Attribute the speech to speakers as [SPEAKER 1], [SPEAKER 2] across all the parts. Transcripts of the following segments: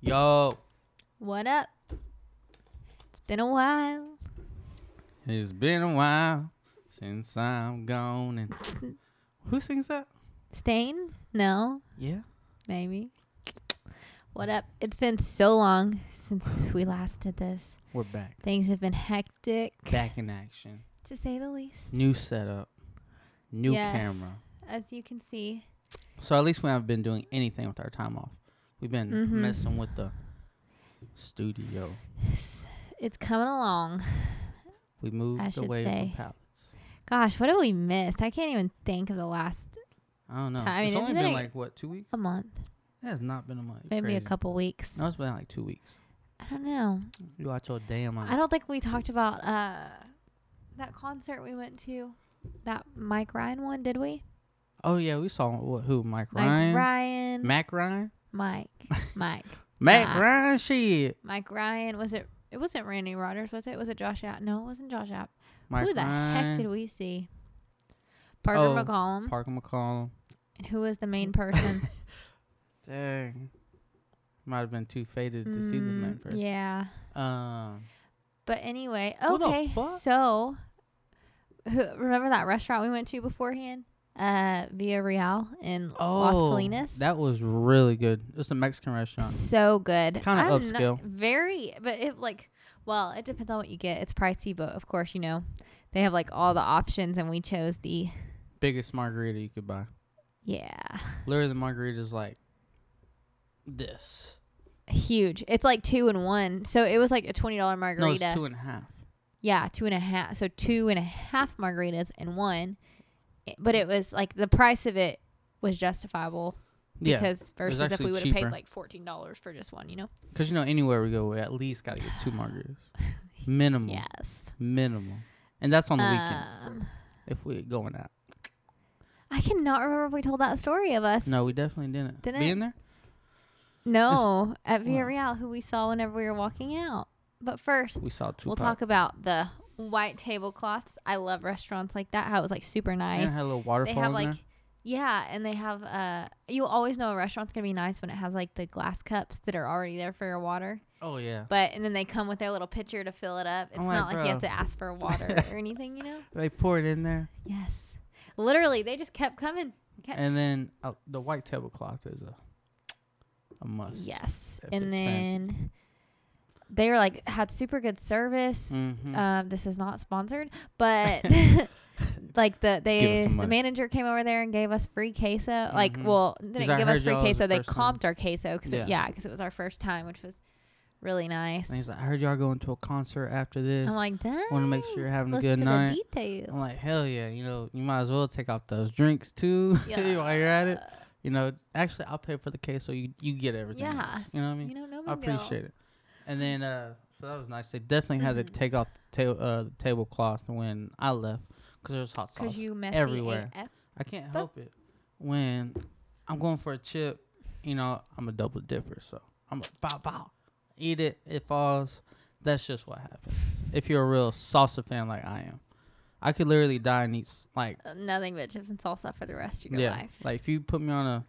[SPEAKER 1] Yo,
[SPEAKER 2] What up? It's been a while.
[SPEAKER 1] it's been a while since I'm gone. And who sings that?
[SPEAKER 2] Stain? No,
[SPEAKER 1] Yeah.
[SPEAKER 2] maybe. What up? It's been so long since we last did this.
[SPEAKER 1] We're back.
[SPEAKER 2] Things have been hectic,
[SPEAKER 1] Back in action.
[SPEAKER 2] to say the least.
[SPEAKER 1] New setup. New
[SPEAKER 2] Yes.
[SPEAKER 1] camera.
[SPEAKER 2] As you can see,
[SPEAKER 1] So at least we haven't been doing anything with our time off. We've been
[SPEAKER 2] Mhm.
[SPEAKER 1] messing with the studio.
[SPEAKER 2] it's it's coming along.
[SPEAKER 1] We moved
[SPEAKER 2] I should
[SPEAKER 1] away
[SPEAKER 2] say.
[SPEAKER 1] from pallets.
[SPEAKER 2] Gosh, what have we missed? I can't even think of the last
[SPEAKER 1] I don't know.
[SPEAKER 2] I mean,
[SPEAKER 1] it's
[SPEAKER 2] it's
[SPEAKER 1] only
[SPEAKER 2] been
[SPEAKER 1] been
[SPEAKER 2] a-
[SPEAKER 1] like what two weeks?
[SPEAKER 2] a month,
[SPEAKER 1] That has not been a month.
[SPEAKER 2] maybe a
[SPEAKER 1] Crazy.
[SPEAKER 2] couple weeks.
[SPEAKER 1] No, it's been like two weeks.
[SPEAKER 2] I don't know.
[SPEAKER 1] You out your damn eye.
[SPEAKER 2] I don't think we talked about uh that concert we went to. That Mike Ryan one, did we?
[SPEAKER 1] Oh yeah, we saw what, who? Mike Ryan.
[SPEAKER 2] Mike Ryan.
[SPEAKER 1] Mac Ryan.
[SPEAKER 2] Mike, Mike,
[SPEAKER 1] Mac
[SPEAKER 2] Mac.
[SPEAKER 1] Ryan. Shit.
[SPEAKER 2] Mike Ryan. Was it? It wasn't Randy Rogers, was it? Was it Josh App? No, it wasn't Josh App.
[SPEAKER 1] Mike
[SPEAKER 2] Who the
[SPEAKER 1] Ryan.
[SPEAKER 2] heck did we Hmm? see? Parker
[SPEAKER 1] Oh,
[SPEAKER 2] McCollum.
[SPEAKER 1] Parker McCollum.
[SPEAKER 2] and who was the main person?
[SPEAKER 1] Dang. Might have been too faded to see the man
[SPEAKER 2] Mm,
[SPEAKER 1] first.
[SPEAKER 2] Yeah.
[SPEAKER 1] Um.
[SPEAKER 2] But anyway,
[SPEAKER 1] Who the
[SPEAKER 2] okay.
[SPEAKER 1] fuck?
[SPEAKER 2] So, who, remember that restaurant we went to beforehand? Uh, Via Real in Las
[SPEAKER 1] oh,
[SPEAKER 2] Colinas.
[SPEAKER 1] That was really good. It's a Mexican restaurant.
[SPEAKER 2] so good.
[SPEAKER 1] Kinda
[SPEAKER 2] I'm not-
[SPEAKER 1] upscale.
[SPEAKER 2] Very, but it like, well, it depends on what you get. It's pricey, but of course, you know, they have like all the options, and we chose the
[SPEAKER 1] Biggest margarita you could buy.
[SPEAKER 2] yeah
[SPEAKER 1] Literally, the margarita is like this.
[SPEAKER 2] huge. It's like two and one, so it was like a twenty dollar margarita.
[SPEAKER 1] No, it's two and a half.
[SPEAKER 2] yeah, two and a half. So two and a half margaritas and one, I- but it was like the price of it was justifiable
[SPEAKER 1] Yeah,
[SPEAKER 2] because versus if
[SPEAKER 1] actually
[SPEAKER 2] we would have
[SPEAKER 1] cheaper.
[SPEAKER 2] paid like fourteen dollars for just one, you know.
[SPEAKER 1] because you know anywhere we go, we at least gotta get two margaritas, minimal,
[SPEAKER 2] Yes.
[SPEAKER 1] minimal, and that's Mm. on the weekend
[SPEAKER 2] Um,
[SPEAKER 1] if we're going out.
[SPEAKER 2] I cannot remember if we told that story of us.
[SPEAKER 1] No, we definitely didn't.
[SPEAKER 2] Didn't
[SPEAKER 1] Being there,
[SPEAKER 2] No, at
[SPEAKER 1] Wow.
[SPEAKER 2] Villarreal, who we saw whenever we were walking out. But first,
[SPEAKER 1] we saw 2
[SPEAKER 2] we'll talk about the white tablecloths. I love restaurants like that. How it was like super
[SPEAKER 1] And
[SPEAKER 2] nice.
[SPEAKER 1] it had a little
[SPEAKER 2] they
[SPEAKER 1] waterfall
[SPEAKER 2] have
[SPEAKER 1] in
[SPEAKER 2] like,
[SPEAKER 1] there.
[SPEAKER 2] yeah, and they have. Uh, you always know a restaurant's gonna be nice when it has like the glass cups that are already there for your water.
[SPEAKER 1] Oh yeah,
[SPEAKER 2] But and then they come with their little pitcher to fill it up. It's
[SPEAKER 1] I'm like, uh,
[SPEAKER 2] not like you have
[SPEAKER 1] "Bro."
[SPEAKER 2] to ask for water or anything, you know.
[SPEAKER 1] they pour it in there,
[SPEAKER 2] Yes, literally, they just kept coming. Kept
[SPEAKER 1] and then uh, the white tablecloth is a a must.
[SPEAKER 2] Yes,
[SPEAKER 1] if it's
[SPEAKER 2] and
[SPEAKER 1] fancy.
[SPEAKER 2] then they were like had super good service.
[SPEAKER 1] Mhm.
[SPEAKER 2] Um, this is not sponsored, but like the
[SPEAKER 1] Give us
[SPEAKER 2] they
[SPEAKER 1] some
[SPEAKER 2] the
[SPEAKER 1] money.
[SPEAKER 2] manager came over there and gave us free queso. Like,
[SPEAKER 1] Mhm.
[SPEAKER 2] well,
[SPEAKER 1] 'Cause I
[SPEAKER 2] didn't
[SPEAKER 1] heard
[SPEAKER 2] give us free
[SPEAKER 1] y'all was
[SPEAKER 2] queso.
[SPEAKER 1] the
[SPEAKER 2] They
[SPEAKER 1] first time.
[SPEAKER 2] comped our queso because
[SPEAKER 1] Yeah.
[SPEAKER 2] yeah, because it was our first time, which was really nice.
[SPEAKER 1] and he's like, I heard y'all going to a concert after this.
[SPEAKER 2] I'm like, dang.
[SPEAKER 1] want to make sure you're having a
[SPEAKER 2] listen
[SPEAKER 1] good
[SPEAKER 2] to
[SPEAKER 1] night.
[SPEAKER 2] The details.
[SPEAKER 1] I'm like, hell yeah, you know, you might as well take off those drinks too while you're at
[SPEAKER 2] Uh,
[SPEAKER 1] it. You know, actually, I'll pay for the case, so you you get everything.
[SPEAKER 2] Yeah.
[SPEAKER 1] else, you know what I mean.
[SPEAKER 2] You know, no
[SPEAKER 1] I
[SPEAKER 2] big deal.
[SPEAKER 1] appreciate it. And then, uh, so that was nice. They definitely had to
[SPEAKER 2] Mm-hmm.
[SPEAKER 1] take off the, ta- uh, the tablecloth when I left because there was hot sauce.
[SPEAKER 2] Cause you messy
[SPEAKER 1] everywhere.
[SPEAKER 2] AF.
[SPEAKER 1] I can't
[SPEAKER 2] the-
[SPEAKER 1] help it. When I'm going for a chip, you know, I'm a double dipper, so I'm a bow bow. Eat it, it falls. That's just what happens. If you're a real salsa fan like I am, I could literally die and eat s- like
[SPEAKER 2] Uh, Nothing but chips and salsa for the rest of your life.
[SPEAKER 1] like if you put me on a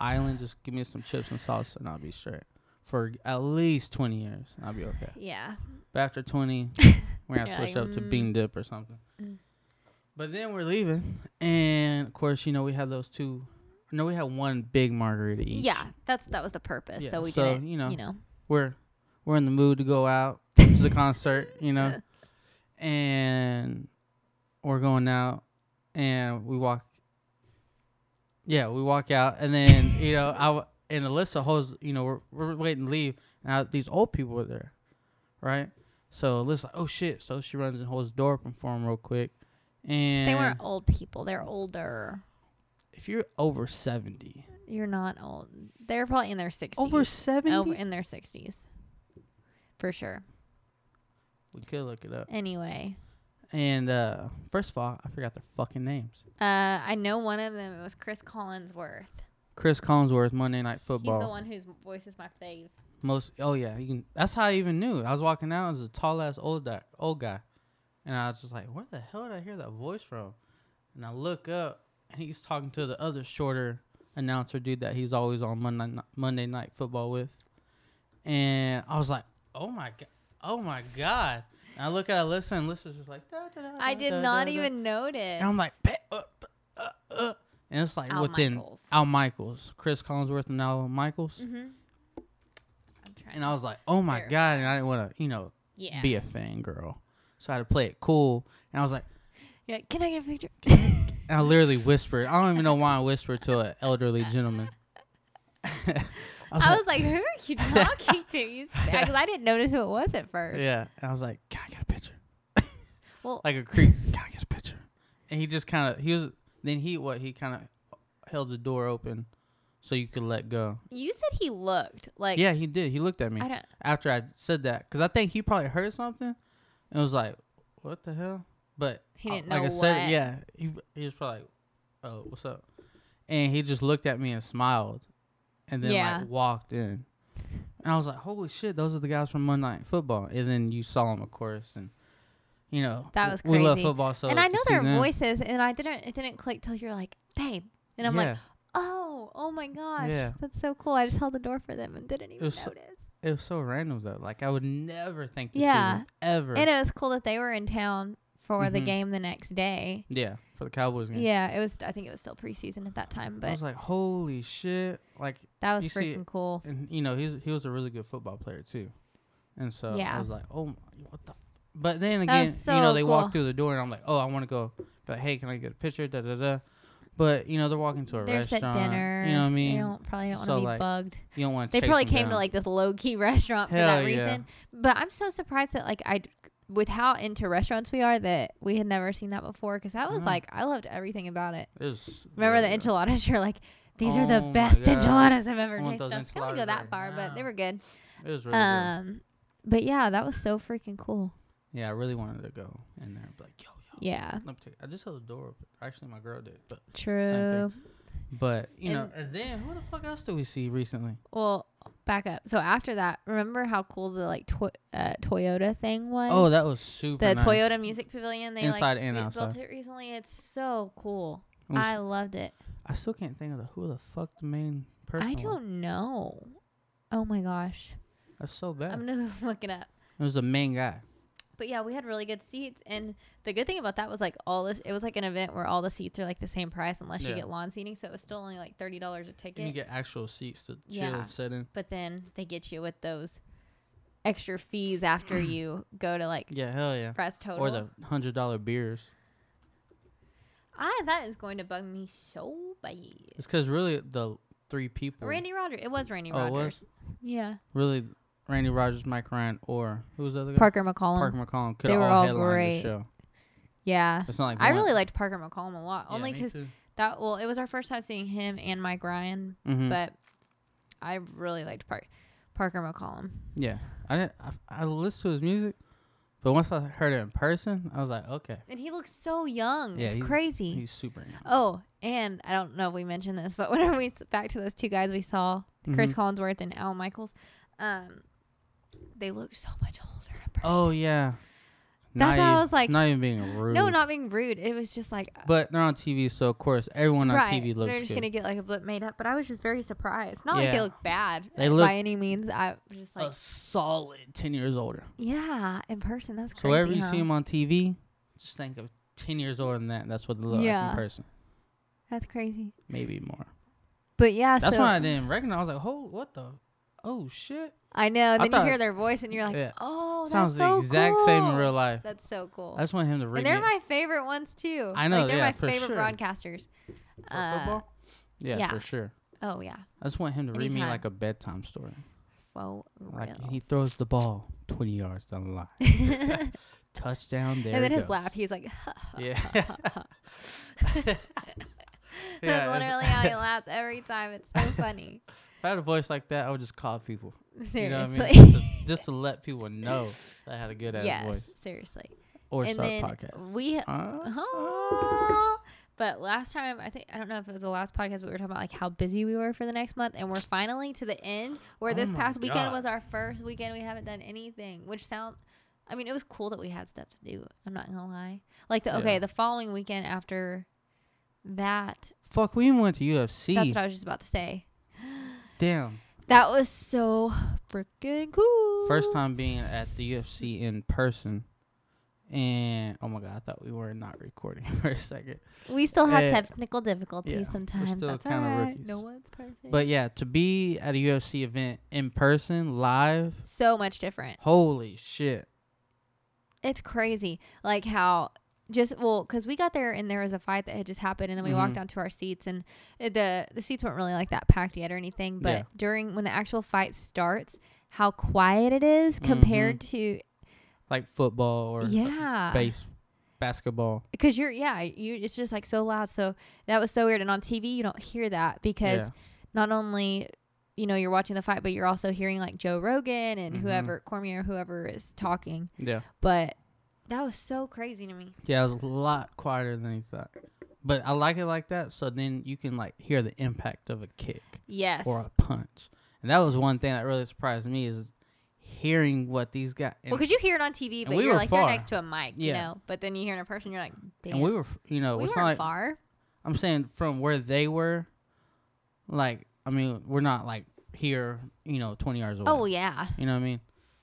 [SPEAKER 1] island, just give me some chips and salsa, and I'll be straight for at least twenty years, and I'll be okay.
[SPEAKER 2] yeah.
[SPEAKER 1] But after twenty, we're gonna
[SPEAKER 2] You're
[SPEAKER 1] switch
[SPEAKER 2] like,
[SPEAKER 1] up to
[SPEAKER 2] mm.
[SPEAKER 1] bean dip or something.
[SPEAKER 2] Mm.
[SPEAKER 1] But then we're leaving, and of course, you know we have those two. No, we have one big margarita each.
[SPEAKER 2] Yeah, that's that was the purpose.
[SPEAKER 1] Yeah,
[SPEAKER 2] So we
[SPEAKER 1] so,
[SPEAKER 2] did it.
[SPEAKER 1] you know.
[SPEAKER 2] You know.
[SPEAKER 1] we're we're in the mood to go out to the concert, you know, and we're going out, and we walk. Yeah, we walk out, and then you know, I w- and Alyssa holds, you know, we're we're waiting to leave, and I, these old people were there, right? So Alyssa's like, oh shit! So she runs and holds the door open for him real quick, and
[SPEAKER 2] They weren't old people. They're older.
[SPEAKER 1] if you're over seventy,
[SPEAKER 2] You're not old. They're probably in their sixties.
[SPEAKER 1] over seventy,
[SPEAKER 2] Over in their sixties, for sure.
[SPEAKER 1] we could look it up.
[SPEAKER 2] Anyway,
[SPEAKER 1] And uh first of all, I forgot their fucking names.
[SPEAKER 2] uh, I know one of them. It was Chris Collinsworth.
[SPEAKER 1] Chris Collinsworth, Monday Night
[SPEAKER 2] He's the
[SPEAKER 1] Football.
[SPEAKER 2] one whose voice is my fave.
[SPEAKER 1] Most oh yeah, you can, that's how I even knew. I was walking out, as a tall ass old guy, old guy, and I was just like, where the hell did I hear that voice from? And I look up, and he's talking to the other shorter announcer dude that he's always on Monday Ni- Monday Night Football with, and I was like, "Oh my god, oh my god!" And I look at Alyssa, and Alyssa's just like, da, da, da,
[SPEAKER 2] I
[SPEAKER 1] da,
[SPEAKER 2] did
[SPEAKER 1] da,
[SPEAKER 2] not
[SPEAKER 1] da, da.
[SPEAKER 2] even notice.
[SPEAKER 1] And I'm like, "Pe- uh, p- uh, uh," and it's like
[SPEAKER 2] Al
[SPEAKER 1] within
[SPEAKER 2] Michaels.
[SPEAKER 1] Al Michaels, Chris Collinsworth, and Al Michaels,
[SPEAKER 2] mm-hmm. I'm trying.
[SPEAKER 1] and I was like, "Oh my
[SPEAKER 2] Fair.
[SPEAKER 1] god!" And I didn't want to, you know,
[SPEAKER 2] yeah.
[SPEAKER 1] be a fangirl, so I had to play it cool. And I was like,
[SPEAKER 2] You're like, can I get a picture?
[SPEAKER 1] and I literally whispered. I don't even know why I whispered to an elderly gentleman. I was
[SPEAKER 2] I was like, who are you talking to? You because I didn't notice who it was at first.
[SPEAKER 1] Yeah. And I was like, Can I get a picture?
[SPEAKER 2] Well-
[SPEAKER 1] like a creep. Can I get a picture? And he just kind of, he was, then he, what, he kind of held the door open so you could let go.
[SPEAKER 2] You said he looked like.
[SPEAKER 1] yeah, he did. He looked at me
[SPEAKER 2] I don't.
[SPEAKER 1] after I said that because I think he probably heard something and was like, What the hell? But
[SPEAKER 2] He
[SPEAKER 1] uh,
[SPEAKER 2] didn't
[SPEAKER 1] like
[SPEAKER 2] know
[SPEAKER 1] I said,
[SPEAKER 2] what.
[SPEAKER 1] yeah, he, he was probably like, Oh, what's up? And he just looked at me and smiled and then
[SPEAKER 2] Yeah.
[SPEAKER 1] like walked in. And I was like, Holy shit, those are the guys from Monday Night Football. And then you saw him, of course. And, you know,
[SPEAKER 2] That was
[SPEAKER 1] we love
[SPEAKER 2] crazy.
[SPEAKER 1] football. So
[SPEAKER 2] and I
[SPEAKER 1] to
[SPEAKER 2] know
[SPEAKER 1] see
[SPEAKER 2] their
[SPEAKER 1] them-
[SPEAKER 2] voices, and I didn't. It didn't click till you're like, babe, and I'm like,
[SPEAKER 1] Yeah.
[SPEAKER 2] oh, oh my gosh,
[SPEAKER 1] Yeah.
[SPEAKER 2] that's so cool. I just held the door for them and didn't even
[SPEAKER 1] was
[SPEAKER 2] notice.
[SPEAKER 1] so- it was so random, though. Like, I would never think to
[SPEAKER 2] Yeah.
[SPEAKER 1] see them ever.
[SPEAKER 2] and it was cool that they were in town for the
[SPEAKER 1] Mhm.
[SPEAKER 2] game the next day.
[SPEAKER 1] yeah, for the Cowboys game.
[SPEAKER 2] Yeah, it was. I think it was still preseason at that time,
[SPEAKER 1] I
[SPEAKER 2] but
[SPEAKER 1] was like, Holy shit. Like,
[SPEAKER 2] that was
[SPEAKER 1] you see it-
[SPEAKER 2] freaking cool.
[SPEAKER 1] and you know he was, he was a really good football player too, and so
[SPEAKER 2] Yeah.
[SPEAKER 1] I was like, oh, my, what the. F-? But then
[SPEAKER 2] That
[SPEAKER 1] again,
[SPEAKER 2] was
[SPEAKER 1] you know
[SPEAKER 2] so
[SPEAKER 1] they
[SPEAKER 2] cool.
[SPEAKER 1] walk through the door and I'm like, oh, I want to go. But hey, can I get a picture? Da da da. But you know they're walking to a
[SPEAKER 2] There's at
[SPEAKER 1] restaurant.
[SPEAKER 2] dinner.
[SPEAKER 1] You know what I mean?
[SPEAKER 2] They don't probably don't want to
[SPEAKER 1] So,
[SPEAKER 2] be
[SPEAKER 1] like,
[SPEAKER 2] bugged.
[SPEAKER 1] you don't want.
[SPEAKER 2] They probably came to like this low key restaurant for that
[SPEAKER 1] Hell yeah.
[SPEAKER 2] reason. But I'm so surprised that like I, d- with how into restaurants we are, that we had never seen that before. Because that was
[SPEAKER 1] No.
[SPEAKER 2] like I loved everything about it.
[SPEAKER 1] It was
[SPEAKER 2] Remember
[SPEAKER 1] really
[SPEAKER 2] the
[SPEAKER 1] good.
[SPEAKER 2] enchiladas? You're like, these are
[SPEAKER 1] Oh
[SPEAKER 2] the
[SPEAKER 1] my
[SPEAKER 2] best
[SPEAKER 1] God.
[SPEAKER 2] enchiladas I've ever
[SPEAKER 1] I want
[SPEAKER 2] tasted.
[SPEAKER 1] those
[SPEAKER 2] I was gonna go
[SPEAKER 1] enchiladas
[SPEAKER 2] that
[SPEAKER 1] right
[SPEAKER 2] far, but they
[SPEAKER 1] now.
[SPEAKER 2] were good.
[SPEAKER 1] It was really good.
[SPEAKER 2] Um, but yeah, that was so freaking cool.
[SPEAKER 1] Yeah, I really wanted to go in there. and be like, yo, yo.
[SPEAKER 2] Yeah,
[SPEAKER 1] let me take- I just held the door open. Actually, my girl did. But
[SPEAKER 2] true.
[SPEAKER 1] but you know,
[SPEAKER 2] And-
[SPEAKER 1] and then who the fuck else did we see recently?
[SPEAKER 2] Well, back up. So after that, remember how cool the like to- uh, Toyota thing was?
[SPEAKER 1] Oh, that was super.
[SPEAKER 2] the
[SPEAKER 1] nice.
[SPEAKER 2] Toyota Music Pavilion. They
[SPEAKER 1] Inside
[SPEAKER 2] like
[SPEAKER 1] and
[SPEAKER 2] re- built
[SPEAKER 1] outside.
[SPEAKER 2] it recently. It's so cool.
[SPEAKER 1] It was-
[SPEAKER 2] I loved it.
[SPEAKER 1] I still can't think of the, who the fuck the main person.
[SPEAKER 2] I
[SPEAKER 1] was.
[SPEAKER 2] don't know. Oh my gosh,
[SPEAKER 1] That's so bad.
[SPEAKER 2] I'm gonna look it up.
[SPEAKER 1] it was the main guy.
[SPEAKER 2] But yeah, we had really good seats, and the good thing about that was like all this. It was like an event where all the seats are like the same price unless you
[SPEAKER 1] Yeah.
[SPEAKER 2] get lawn seating, so it was still only like thirty dollars a
[SPEAKER 1] And you
[SPEAKER 2] ticket.
[SPEAKER 1] get actual seats to chill
[SPEAKER 2] Yeah.
[SPEAKER 1] and sit in.
[SPEAKER 2] but then they get you with those extra fees after you go to like
[SPEAKER 1] Yeah, hell yeah.
[SPEAKER 2] press total.
[SPEAKER 1] Or the hundred dollar beers.
[SPEAKER 2] ah, that is going to bug me so bad.
[SPEAKER 1] It's because really the three people,
[SPEAKER 2] Randy Rogers. It was Randy
[SPEAKER 1] Oh, it
[SPEAKER 2] Rogers.
[SPEAKER 1] was?
[SPEAKER 2] Yeah.
[SPEAKER 1] really Randy Rogers, Mike Ryan, or who was the other guy?
[SPEAKER 2] Parker McCollum.
[SPEAKER 1] Parker McCollum could
[SPEAKER 2] They
[SPEAKER 1] have
[SPEAKER 2] were
[SPEAKER 1] all,
[SPEAKER 2] all
[SPEAKER 1] headlined
[SPEAKER 2] great.
[SPEAKER 1] the show.
[SPEAKER 2] Yeah.
[SPEAKER 1] It's not like
[SPEAKER 2] I really liked Parker McCollum a lot, only 'cause
[SPEAKER 1] because
[SPEAKER 2] that. Well, it was our first time seeing him and Mike Ryan,
[SPEAKER 1] Hmm. Mm-hmm.
[SPEAKER 2] but I really liked Park Parker McCollum.
[SPEAKER 1] yeah, I didn't. I, I listened to his music, but once I heard it in person, I was like, okay,
[SPEAKER 2] And he looks so young.
[SPEAKER 1] Yeah,
[SPEAKER 2] it's
[SPEAKER 1] he's-
[SPEAKER 2] crazy.
[SPEAKER 1] he's super. young.
[SPEAKER 2] oh, and I don't know if we mentioned this, but whenever we s- back to those two guys we saw,
[SPEAKER 1] Mhm.
[SPEAKER 2] Chris Collinsworth and Al Michaels, um, they look so much older. In person.
[SPEAKER 1] Oh yeah, Not
[SPEAKER 2] That's how I
[SPEAKER 1] even-
[SPEAKER 2] was like-
[SPEAKER 1] not even being rude.
[SPEAKER 2] no, not being rude. It was just like uh,
[SPEAKER 1] But they're on TV, so of course everyone on
[SPEAKER 2] right.
[SPEAKER 1] TV looks
[SPEAKER 2] They're just
[SPEAKER 1] good.
[SPEAKER 2] gonna get like a blip made up. But I was just very surprised. Not like they
[SPEAKER 1] Yeah.
[SPEAKER 2] look bad
[SPEAKER 1] They
[SPEAKER 2] uh,
[SPEAKER 1] look-
[SPEAKER 2] by any means. I was just like,
[SPEAKER 1] a solid ten years older.
[SPEAKER 2] yeah, in person. That's crazy.
[SPEAKER 1] So whenever you
[SPEAKER 2] huh?
[SPEAKER 1] see them on TV, just think of ten years older than that. and That's what they look like
[SPEAKER 2] Yeah.
[SPEAKER 1] in person,
[SPEAKER 2] That's crazy.
[SPEAKER 1] maybe more.
[SPEAKER 2] But yeah,
[SPEAKER 1] That's
[SPEAKER 2] so
[SPEAKER 1] why I didn't recognize. I was like, "Hold, what the? Oh shit!"
[SPEAKER 2] I know. And
[SPEAKER 1] I
[SPEAKER 2] then
[SPEAKER 1] thought-
[SPEAKER 2] you hear their voice, and you're like,
[SPEAKER 1] Yeah.
[SPEAKER 2] "Oh, that's
[SPEAKER 1] Sounds
[SPEAKER 2] so
[SPEAKER 1] the exact same in
[SPEAKER 2] cool."
[SPEAKER 1] real life.
[SPEAKER 2] That's so cool.
[SPEAKER 1] I just want him to
[SPEAKER 2] and
[SPEAKER 1] remake
[SPEAKER 2] they're my favorite ones too.
[SPEAKER 1] I know,
[SPEAKER 2] Like, they're
[SPEAKER 1] yeah,
[SPEAKER 2] my
[SPEAKER 1] for
[SPEAKER 2] favorite
[SPEAKER 1] sure.
[SPEAKER 2] broadcasters.
[SPEAKER 1] for
[SPEAKER 2] Uh,
[SPEAKER 1] football. Yeah,
[SPEAKER 2] yeah.
[SPEAKER 1] for sure.
[SPEAKER 2] Oh yeah.
[SPEAKER 1] I just want him to read me
[SPEAKER 2] Anytime.
[SPEAKER 1] like a bedtime story.
[SPEAKER 2] For
[SPEAKER 1] Like
[SPEAKER 2] real.
[SPEAKER 1] he throws the ball twenty yards down the line, touchdown there.
[SPEAKER 2] and then
[SPEAKER 1] it
[SPEAKER 2] his
[SPEAKER 1] goes.
[SPEAKER 2] laugh, he's like,
[SPEAKER 1] Yeah.
[SPEAKER 2] that's
[SPEAKER 1] if-
[SPEAKER 2] literally how he laughs every time. It's so funny.
[SPEAKER 1] If I had a voice like that, I would just call people. You know what I mean? just,
[SPEAKER 2] Seriously.
[SPEAKER 1] to, just to let people know that I had a good ass
[SPEAKER 2] yes,
[SPEAKER 1] voice.
[SPEAKER 2] seriously.
[SPEAKER 1] Or
[SPEAKER 2] and
[SPEAKER 1] start
[SPEAKER 2] then
[SPEAKER 1] a podcast.
[SPEAKER 2] we
[SPEAKER 1] Uh, Ah.
[SPEAKER 2] Oh. Uh-huh. But last time, I think I don't know if it was the last podcast, we were talking about like how busy we were for the next month, and we're finally to the end where
[SPEAKER 1] Oh
[SPEAKER 2] this
[SPEAKER 1] my
[SPEAKER 2] past weekend
[SPEAKER 1] God.
[SPEAKER 2] was our first weekend we haven't done anything. Which sound, I mean, it was cool that we had stuff to do. I'm not gonna lie. Like the okay,
[SPEAKER 1] Yeah.
[SPEAKER 2] the following weekend after that,
[SPEAKER 1] fuck, we even went to UFC.
[SPEAKER 2] that's what I was just about to say.
[SPEAKER 1] Damn.
[SPEAKER 2] That was so freaking cool.
[SPEAKER 1] First time being at the UFC in person. And oh my god, I thought we were not recording for a second.
[SPEAKER 2] We still have
[SPEAKER 1] Eh,
[SPEAKER 2] technical difficulties
[SPEAKER 1] yeah, we're
[SPEAKER 2] sometimes.
[SPEAKER 1] still
[SPEAKER 2] That's
[SPEAKER 1] kinda
[SPEAKER 2] alright.
[SPEAKER 1] rookies.
[SPEAKER 2] No one's perfect.
[SPEAKER 1] But yeah, to be at a UFC event in person, live,
[SPEAKER 2] so much different.
[SPEAKER 1] holy shit.
[SPEAKER 2] It's crazy. Like how just well, because we got there and there was a fight that had just happened, and then we walked
[SPEAKER 1] Mhm.
[SPEAKER 2] down to our seats, and uh, the the seats weren't really like that packed yet or anything. But
[SPEAKER 1] Yeah.
[SPEAKER 2] during when the actual fight starts, how quiet it is compared to
[SPEAKER 1] Like football Mm-hmm. or uh,
[SPEAKER 2] yeah,
[SPEAKER 1] base basketball.
[SPEAKER 2] because you're yeah you it's just like so loud so that was so weird and on tv you don't hear that because
[SPEAKER 1] Yeah.
[SPEAKER 2] not only you know you're watching the fight but you're also hearing like joe rogan and
[SPEAKER 1] Mhm.
[SPEAKER 2] whoever cormier whoever is talking
[SPEAKER 1] Yeah.
[SPEAKER 2] but that was so crazy to me
[SPEAKER 1] Yeah, it was a lot quieter than he thought. But I like it like that, so then you can like hear the impact of a kick
[SPEAKER 2] yes
[SPEAKER 1] or a punch. And that was one thing that really surprised me is hearing what these guys and,
[SPEAKER 2] well because you hear it on tv
[SPEAKER 1] and
[SPEAKER 2] but
[SPEAKER 1] we
[SPEAKER 2] you're
[SPEAKER 1] were
[SPEAKER 2] like
[SPEAKER 1] far.
[SPEAKER 2] they're next to a mic you
[SPEAKER 1] Yeah.
[SPEAKER 2] know but then you hear it in person you're like damn
[SPEAKER 1] and we were you know,
[SPEAKER 2] we
[SPEAKER 1] it's
[SPEAKER 2] weren't
[SPEAKER 1] not like
[SPEAKER 2] far
[SPEAKER 1] I'm saying from where they were, like I mean, we're not like here, you know, 20 yards away.
[SPEAKER 2] oh well, yeah
[SPEAKER 1] You know what I mean?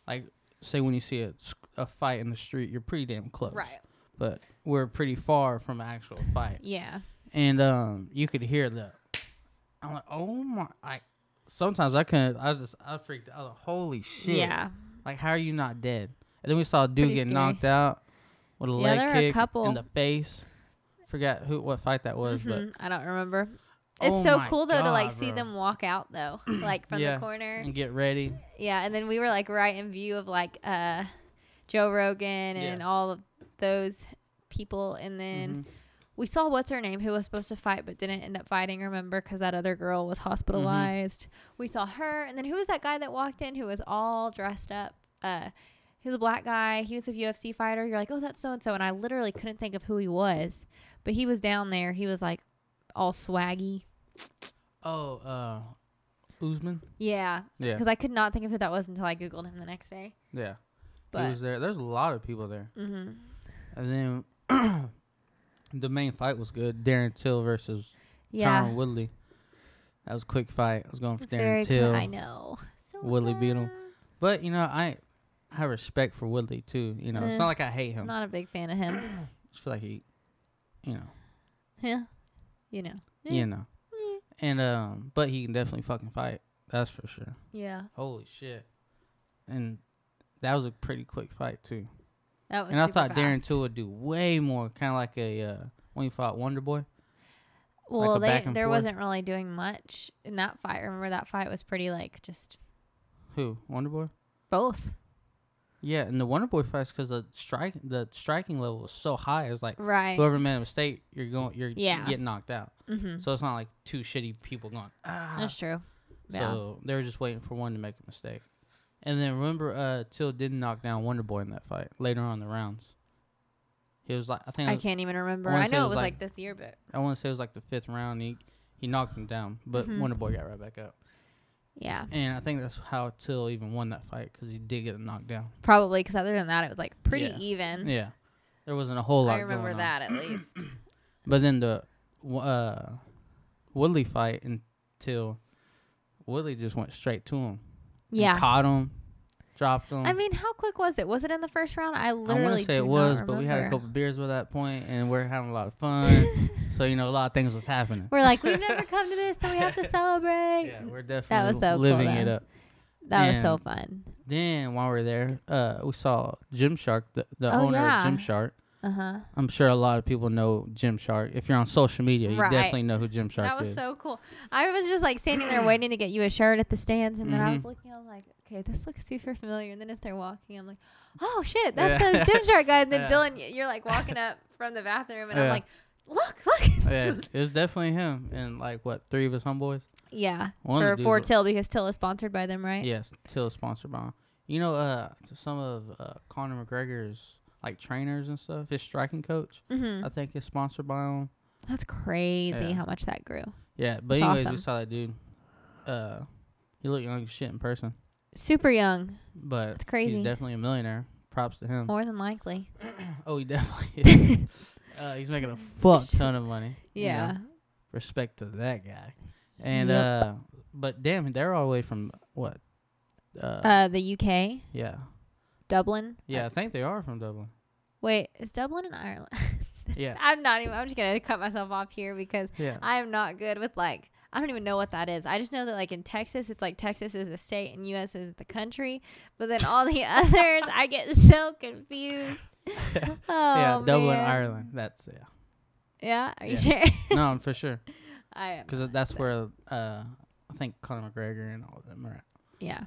[SPEAKER 1] Like say when you see a, s- a fight in the street, you're pretty damn close.
[SPEAKER 2] right
[SPEAKER 1] But we're pretty far from an actual fight.
[SPEAKER 2] yeah
[SPEAKER 1] And um you could hear the I'm like, "Oh my I sometimes I couldn't I was just I freaked out. I was like, "Holy shit."
[SPEAKER 2] yeah
[SPEAKER 1] Like how are you not dead?" And then we saw a dude
[SPEAKER 2] Pretty
[SPEAKER 1] get
[SPEAKER 2] scary.
[SPEAKER 1] knocked out with a
[SPEAKER 2] Yeah,
[SPEAKER 1] leg
[SPEAKER 2] there were a
[SPEAKER 1] kick
[SPEAKER 2] couple.
[SPEAKER 1] in the face. Forgot who what fight that was, but
[SPEAKER 2] Mhm. i don't remember it's
[SPEAKER 1] Oh
[SPEAKER 2] so
[SPEAKER 1] my
[SPEAKER 2] cool though to like
[SPEAKER 1] God,
[SPEAKER 2] see
[SPEAKER 1] bro.
[SPEAKER 2] them walk out though like from
[SPEAKER 1] Yeah.
[SPEAKER 2] the corner
[SPEAKER 1] and get ready.
[SPEAKER 2] Yeah, and then we were like right in view of like uh Joe Rogan and
[SPEAKER 1] Yeah.
[SPEAKER 2] all of those people and then
[SPEAKER 1] Mhm.
[SPEAKER 2] we saw what's her name who was supposed to fight but didn't end up fighting remember cuz that other girl was hospitalized. We saw her and then who was that guy that walked in who was all dressed up uh he was a black guy. He was a UFC fighter. You're like, oh, that's so and so, and I literally couldn't think of who he was, but he was down there. He was like all swaggy.
[SPEAKER 1] Oh, uh, Usman.
[SPEAKER 2] Yeah,
[SPEAKER 1] Yeah,
[SPEAKER 2] because I could not think of who that was until I googled him the next day.
[SPEAKER 1] yeah. he
[SPEAKER 2] But
[SPEAKER 1] was there. There's a lot of people there,
[SPEAKER 2] hmm
[SPEAKER 1] and then the main fight was good. Darren Till versus
[SPEAKER 2] yeah,
[SPEAKER 1] Tyron Woodley. That was a quick fight. I was going for
[SPEAKER 2] Very
[SPEAKER 1] Darren
[SPEAKER 2] good.
[SPEAKER 1] Till,
[SPEAKER 2] I know. So
[SPEAKER 1] Woodley beat him.
[SPEAKER 2] fun.
[SPEAKER 1] but you know I. I have respect for Woodley too. You know,
[SPEAKER 2] Eh,
[SPEAKER 1] it's not like I hate him. I
[SPEAKER 2] Not a big fan of him.
[SPEAKER 1] just feel like he, you know,
[SPEAKER 2] yeah. You know. Eh,
[SPEAKER 1] you know, and um, but he can definitely fucking fight. That's for sure.
[SPEAKER 2] Yeah.
[SPEAKER 1] Holy shit! And that was a pretty quick fight too.
[SPEAKER 2] That was
[SPEAKER 1] and I
[SPEAKER 2] super
[SPEAKER 1] thought Darren
[SPEAKER 2] fast.
[SPEAKER 1] Till would do way more, kind of like a uh, when he fought Wonder Boy.
[SPEAKER 2] Well,
[SPEAKER 1] a back
[SPEAKER 2] they
[SPEAKER 1] and
[SPEAKER 2] there
[SPEAKER 1] forth.
[SPEAKER 2] wasn't really doing much in that fight. Remember that fight was pretty like just
[SPEAKER 1] Who Wonder Boy?
[SPEAKER 2] both.
[SPEAKER 1] Yeah, and the Wonder Boy fights because the strike the striking level was so high. It's like
[SPEAKER 2] Right.
[SPEAKER 1] whoever made a mistake, you're going, you're
[SPEAKER 2] Yeah.
[SPEAKER 1] getting knocked out.
[SPEAKER 2] hmm
[SPEAKER 1] So it's not like two shitty people going. Ah.
[SPEAKER 2] That's true. Yeah.
[SPEAKER 1] So they were just waiting for one to make a mistake. And then remember, uh, Till didn't knock down Wonder Boy in that fight later on in the rounds. He was like, I think it
[SPEAKER 2] I
[SPEAKER 1] was-
[SPEAKER 2] can't even remember.
[SPEAKER 1] wanna
[SPEAKER 2] I
[SPEAKER 1] say
[SPEAKER 2] know it was like, this year, but
[SPEAKER 1] I want to say it was like the fifth round. He he knocked him down, but
[SPEAKER 2] Mhm.
[SPEAKER 1] Wonder Boy got right back up.
[SPEAKER 2] yeah,
[SPEAKER 1] And I think that's how Till even won that fight because he did get a knockdown.
[SPEAKER 2] probably because other than that, it was like pretty
[SPEAKER 1] Yeah.
[SPEAKER 2] even.
[SPEAKER 1] Yeah, there wasn't a whole lot.
[SPEAKER 2] Mm-hmm. I remember
[SPEAKER 1] going on.
[SPEAKER 2] that at least.
[SPEAKER 1] But then the w- uh, Woodley fight until Woodley just went straight to him. and
[SPEAKER 2] yeah.
[SPEAKER 1] caught him, dropped him.
[SPEAKER 2] I mean, how quick was it? Was it in the first round? I
[SPEAKER 1] I
[SPEAKER 2] literally
[SPEAKER 1] want to say
[SPEAKER 2] do
[SPEAKER 1] it
[SPEAKER 2] not
[SPEAKER 1] was, but we had a
[SPEAKER 2] remember.
[SPEAKER 1] couple beers by that point, and we're having a lot of fun. so you know, a lot of things was happening.
[SPEAKER 2] We're like, we've never come to this, so we have to celebrate.
[SPEAKER 1] yeah, we're definitely
[SPEAKER 2] was so cool,
[SPEAKER 1] living it
[SPEAKER 2] though.
[SPEAKER 1] up.
[SPEAKER 2] that was so
[SPEAKER 1] and-
[SPEAKER 2] fun.
[SPEAKER 1] Then while we are there, uh, we saw Gymshark, the, the
[SPEAKER 2] Oh,
[SPEAKER 1] owner
[SPEAKER 2] yeah.
[SPEAKER 1] of Gymshark.
[SPEAKER 2] Uh huh.
[SPEAKER 1] I'm sure a lot of people know Gymshark. If you're on social media, you
[SPEAKER 2] Right.
[SPEAKER 1] definitely know who Gymshark
[SPEAKER 2] That was
[SPEAKER 1] is.
[SPEAKER 2] so cool. I was just like standing there waiting to get you a shirt at the stands, and then I was
[SPEAKER 1] Mhm.
[SPEAKER 2] looking. I'm like, okay, this looks super familiar. And then as they're walking, I'm like, oh shit, that's
[SPEAKER 1] Yeah.
[SPEAKER 2] those Gymshark guys. And then
[SPEAKER 1] Yeah.
[SPEAKER 2] Dylan, y- you're like walking up from the bathroom, and I'm
[SPEAKER 1] Yeah. Oh,
[SPEAKER 2] like, look, look.
[SPEAKER 1] yeah, it was definitely him and like what three of his homeboys.
[SPEAKER 2] yeah.
[SPEAKER 1] One of
[SPEAKER 2] for
[SPEAKER 1] the dudes
[SPEAKER 2] for
[SPEAKER 1] was-
[SPEAKER 2] Till because Till is sponsored by them, right?
[SPEAKER 1] Yes, Till sponsored by. You know, uh, some of uh, Conor McGregor's like trainers and stuff. His striking coach,
[SPEAKER 2] Mm-hmm.
[SPEAKER 1] I think, is sponsored by him.
[SPEAKER 2] That's crazy
[SPEAKER 1] Yeah.
[SPEAKER 2] how much that grew.
[SPEAKER 1] Yeah, but
[SPEAKER 2] That's
[SPEAKER 1] anyways,
[SPEAKER 2] awesome.
[SPEAKER 1] we saw that dude. Uh, he looked young as shit in person,
[SPEAKER 2] Super young,
[SPEAKER 1] but
[SPEAKER 2] That's crazy.
[SPEAKER 1] He's definitely a millionaire. Props to him.
[SPEAKER 2] more than likely.
[SPEAKER 1] Oh, he definitely is. uh, he's making a fuck ton of money. you know.
[SPEAKER 2] Yeah.
[SPEAKER 1] Respect to that guy. And
[SPEAKER 2] Yep.
[SPEAKER 1] uh but damn, they're all the way from what? Uh,
[SPEAKER 2] Uh, the UK,
[SPEAKER 1] yeah,
[SPEAKER 2] Dublin.
[SPEAKER 1] yeah. I think they are from Dublin.
[SPEAKER 2] Wait, is Dublin in Ireland?
[SPEAKER 1] Yeah,
[SPEAKER 2] I'm not even. I'm just gonna cut myself off here because
[SPEAKER 1] yeah.
[SPEAKER 2] I am not good with like. I don't even know what that is. I just know that like in Texas, it's like Texas is the state and U.S. is the country. But then all the others, I get so confused. oh,
[SPEAKER 1] yeah, Dublin,
[SPEAKER 2] man.
[SPEAKER 1] Ireland. That's yeah.
[SPEAKER 2] Yeah, are you
[SPEAKER 1] Yeah.
[SPEAKER 2] sure?
[SPEAKER 1] No, I'm for sure,
[SPEAKER 2] I am.
[SPEAKER 1] because that's where uh, I think Conor McGregor and all of them are. At.
[SPEAKER 2] Yeah.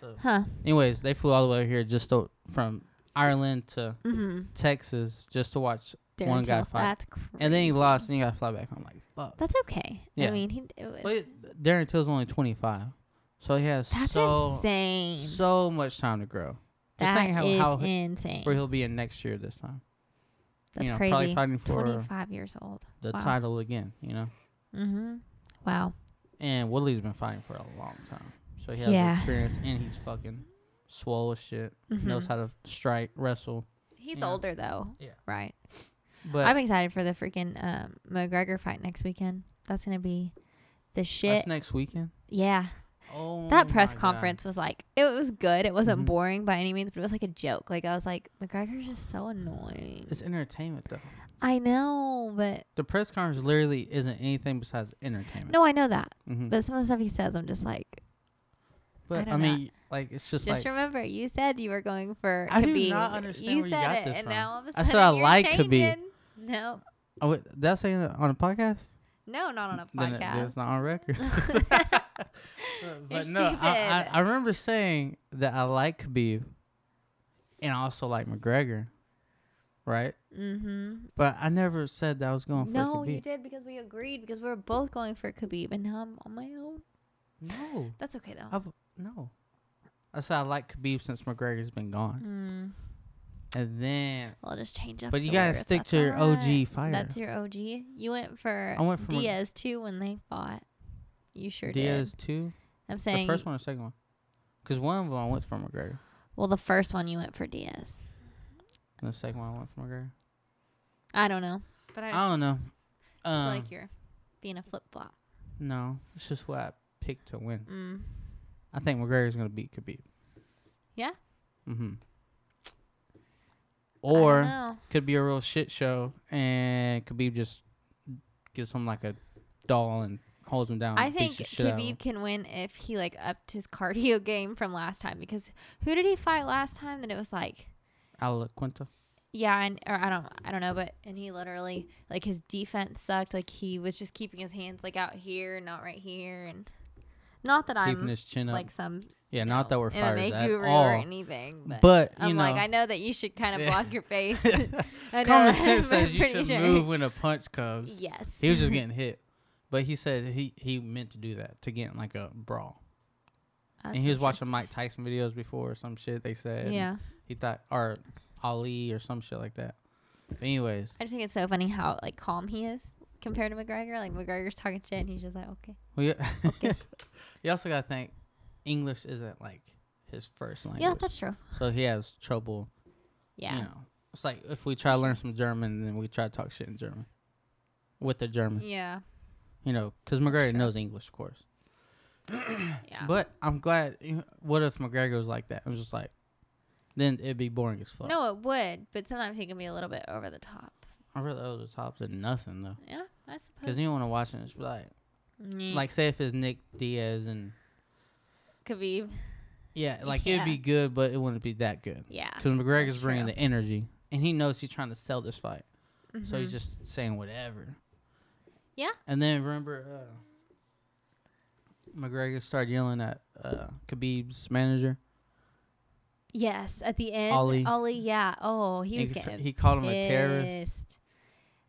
[SPEAKER 1] So,
[SPEAKER 2] Huh.
[SPEAKER 1] anyways, they flew all the way here just to, from Ireland to
[SPEAKER 2] Mm-hmm.
[SPEAKER 1] Texas just to watch, One guy fight.
[SPEAKER 2] That's crazy.
[SPEAKER 1] and then he lost, and he got to fly back. I'm like, fuck.
[SPEAKER 2] That's okay. I
[SPEAKER 1] Yeah.
[SPEAKER 2] mean, he. It was,
[SPEAKER 1] But it- Darren Till's only 25, so he has
[SPEAKER 2] that's
[SPEAKER 1] so
[SPEAKER 2] insane.
[SPEAKER 1] so much time to grow. Just
[SPEAKER 2] That
[SPEAKER 1] think
[SPEAKER 2] is
[SPEAKER 1] how, how he-
[SPEAKER 2] insane.
[SPEAKER 1] where he'll be in next year this time.
[SPEAKER 2] That's
[SPEAKER 1] you know, Probably
[SPEAKER 2] crazy.
[SPEAKER 1] fighting for
[SPEAKER 2] 25 years old.
[SPEAKER 1] the
[SPEAKER 2] wow.
[SPEAKER 1] title again. You know.
[SPEAKER 2] Mm-hmm. Wow.
[SPEAKER 1] And Woodley's been fighting for a long time. So he has the
[SPEAKER 2] Yeah.
[SPEAKER 1] experience and he's fucking swole as shit. Knows
[SPEAKER 2] Mhm.
[SPEAKER 1] how to strike, wrestle.
[SPEAKER 2] He's
[SPEAKER 1] Yeah.
[SPEAKER 2] older though.
[SPEAKER 1] Yeah.
[SPEAKER 2] Right.
[SPEAKER 1] But
[SPEAKER 2] I'm excited for the freaking um, McGregor fight next weekend. That's gonna be the shit.
[SPEAKER 1] that's next weekend.
[SPEAKER 2] yeah.
[SPEAKER 1] Oh
[SPEAKER 2] That press
[SPEAKER 1] my God.
[SPEAKER 2] conference was like it was good. It wasn't
[SPEAKER 1] Mhm.
[SPEAKER 2] boring by any means, but it was like a joke. Like I was like, McGregor's just so annoying.
[SPEAKER 1] It's entertainment though.
[SPEAKER 2] I know, but
[SPEAKER 1] The press conference literally isn't anything besides entertainment.
[SPEAKER 2] no, I know that.
[SPEAKER 1] hmm
[SPEAKER 2] But some of the stuff he says, I'm just like,
[SPEAKER 1] but
[SPEAKER 2] I
[SPEAKER 1] I,
[SPEAKER 2] don't know.
[SPEAKER 1] mean, like it's just,
[SPEAKER 2] just
[SPEAKER 1] like
[SPEAKER 2] remember, you said you were going for.
[SPEAKER 1] I do
[SPEAKER 2] Khabib.
[SPEAKER 1] not understand
[SPEAKER 2] You
[SPEAKER 1] where you
[SPEAKER 2] said
[SPEAKER 1] got
[SPEAKER 2] it,
[SPEAKER 1] this
[SPEAKER 2] and
[SPEAKER 1] from.
[SPEAKER 2] now all of a
[SPEAKER 1] I
[SPEAKER 2] sudden
[SPEAKER 1] said I
[SPEAKER 2] you're
[SPEAKER 1] like Khabib.
[SPEAKER 2] changing. No,
[SPEAKER 1] oh, wait, did I say that on a podcast?
[SPEAKER 2] no, not on a
[SPEAKER 1] Then it-
[SPEAKER 2] podcast.
[SPEAKER 1] it's not on record. but
[SPEAKER 2] You're
[SPEAKER 1] no, I, I,
[SPEAKER 2] stupid.
[SPEAKER 1] I remember saying that I like Khabib, and I also like McGregor, right?
[SPEAKER 2] mm-hmm.
[SPEAKER 1] But I never said that I was going for
[SPEAKER 2] No, you
[SPEAKER 1] Khabib.
[SPEAKER 2] did because we agreed because we were both going for Khabib, and now I'm on my own.
[SPEAKER 1] No,
[SPEAKER 2] That's okay though.
[SPEAKER 1] I've no. I said I like Khabib since McGregor's been gone,
[SPEAKER 2] Mm,
[SPEAKER 1] and then
[SPEAKER 2] well, just change up.
[SPEAKER 1] but you
[SPEAKER 2] the
[SPEAKER 1] gotta
[SPEAKER 2] words,
[SPEAKER 1] stick
[SPEAKER 2] that's
[SPEAKER 1] to your
[SPEAKER 2] all right.
[SPEAKER 1] OG fighter.
[SPEAKER 2] That's your OG. You went for
[SPEAKER 1] I went for Mc-
[SPEAKER 2] Diaz too when they fought. You sure
[SPEAKER 1] Diaz
[SPEAKER 2] did.
[SPEAKER 1] too.
[SPEAKER 2] I'm
[SPEAKER 1] The
[SPEAKER 2] saying.
[SPEAKER 1] first one or second one? Because one of them I went for McGregor,
[SPEAKER 2] Well, the first one you went for Diaz.
[SPEAKER 1] and the second one I went for McGregor.
[SPEAKER 2] I don't know, but I,
[SPEAKER 1] I don't know.
[SPEAKER 2] feel
[SPEAKER 1] Um,
[SPEAKER 2] like you're being a flip flop.
[SPEAKER 1] no, it's just what I picked to win.
[SPEAKER 2] Mm.
[SPEAKER 1] I think McGregor's gonna beat Khabib.
[SPEAKER 2] Yeah?
[SPEAKER 1] Mhm.
[SPEAKER 2] I don't
[SPEAKER 1] Or
[SPEAKER 2] know.
[SPEAKER 1] could be a real shit show, and Khabib just gives him like a doll and holds him down.
[SPEAKER 2] I
[SPEAKER 1] and beats
[SPEAKER 2] think
[SPEAKER 1] the shit out Oh, of him.
[SPEAKER 2] Khabib can win if he like upped his cardio game from last time because who did he fight last time that it was like
[SPEAKER 1] Ala Quinta.
[SPEAKER 2] yeah and or I don't I don't know but and he literally like his defense sucked like he was just keeping his hands like out here not right here and not that
[SPEAKER 1] Keeping
[SPEAKER 2] I'm
[SPEAKER 1] his chin up.
[SPEAKER 2] like some
[SPEAKER 1] yeah,
[SPEAKER 2] you
[SPEAKER 1] not
[SPEAKER 2] know,
[SPEAKER 1] that we're fighters
[SPEAKER 2] MMA
[SPEAKER 1] at
[SPEAKER 2] guru or
[SPEAKER 1] all.
[SPEAKER 2] anything
[SPEAKER 1] But,
[SPEAKER 2] but,
[SPEAKER 1] you
[SPEAKER 2] I'm
[SPEAKER 1] know,
[SPEAKER 2] like I know that you should kind of
[SPEAKER 1] Yeah.
[SPEAKER 2] block your face I know,
[SPEAKER 1] common sense
[SPEAKER 2] I'm
[SPEAKER 1] says you
[SPEAKER 2] pretty
[SPEAKER 1] should
[SPEAKER 2] sure.
[SPEAKER 1] move when a punch comes.
[SPEAKER 2] yes
[SPEAKER 1] He was just getting hit, but he said he he meant to do that to get in like a brawl. and
[SPEAKER 2] That's
[SPEAKER 1] he was
[SPEAKER 2] interesting.
[SPEAKER 1] watching Mike Tyson videos before or some shit they said. and
[SPEAKER 2] yeah
[SPEAKER 1] He thought or Ali or some shit like that. But anyways,
[SPEAKER 2] I just think it's so funny how like calm he is compared to McGregor. Like McGregor's talking shit and he's just like, okay.
[SPEAKER 1] we
[SPEAKER 2] Okay.
[SPEAKER 1] you also gotta think English isn't like his first language,
[SPEAKER 2] Yeah, that's true.
[SPEAKER 1] so he has trouble.
[SPEAKER 2] Yeah.
[SPEAKER 1] You know, it's like if we try to learn some German, then we try to talk shit in German with the German.
[SPEAKER 2] Yeah.
[SPEAKER 1] You know, because McGregor
[SPEAKER 2] Mm. Sure.
[SPEAKER 1] knows English, of course.
[SPEAKER 2] Yeah.
[SPEAKER 1] But I'm glad. What if McGregor was like that? I was just like, then it'd be boring as fuck.
[SPEAKER 2] no, it would, but sometimes he can be a little bit over the top.
[SPEAKER 1] I really over the top to nothing though.
[SPEAKER 2] Yeah, I suppose.
[SPEAKER 1] Because anyone watching it's like,
[SPEAKER 2] Mm.
[SPEAKER 1] like say if it's Nick Diaz and
[SPEAKER 2] Khabib.
[SPEAKER 1] yeah, like it'd
[SPEAKER 2] Yeah.
[SPEAKER 1] be good, but it wouldn't be that good.
[SPEAKER 2] Yeah.
[SPEAKER 1] Because McGregor's
[SPEAKER 2] That's
[SPEAKER 1] bringing
[SPEAKER 2] true.
[SPEAKER 1] the energy, and he knows he's trying to sell this fight, so
[SPEAKER 2] Mhm.
[SPEAKER 1] he's just saying whatever.
[SPEAKER 2] Yeah.
[SPEAKER 1] And then remember, uh, McGregor started yelling at uh, Khabib's manager.
[SPEAKER 2] yes, at the end,
[SPEAKER 1] Ollie.
[SPEAKER 2] yeah. Oh, he
[SPEAKER 1] and
[SPEAKER 2] was
[SPEAKER 1] he,
[SPEAKER 2] getting.
[SPEAKER 1] he called him a terrorist.
[SPEAKER 2] pissed.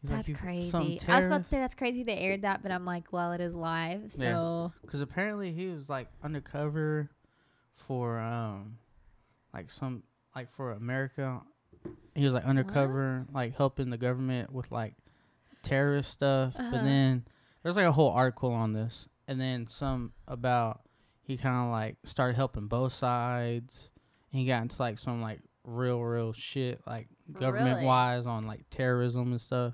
[SPEAKER 1] He's like,
[SPEAKER 2] That's
[SPEAKER 1] "You- something
[SPEAKER 2] crazy. I was about
[SPEAKER 1] terrorist?"
[SPEAKER 2] to say that's crazy. They aired that, but I'm like, well, it is live, so
[SPEAKER 1] Because apparently he was like undercover for um, like some like for America. He was like undercover, like helping the government with like terrorist stuff.
[SPEAKER 2] Uh-huh.
[SPEAKER 1] But then there's like a whole article on this, and then some about he kind of like started helping both sides. And he got into like some like real real shit like government wise on like terrorism and stuff.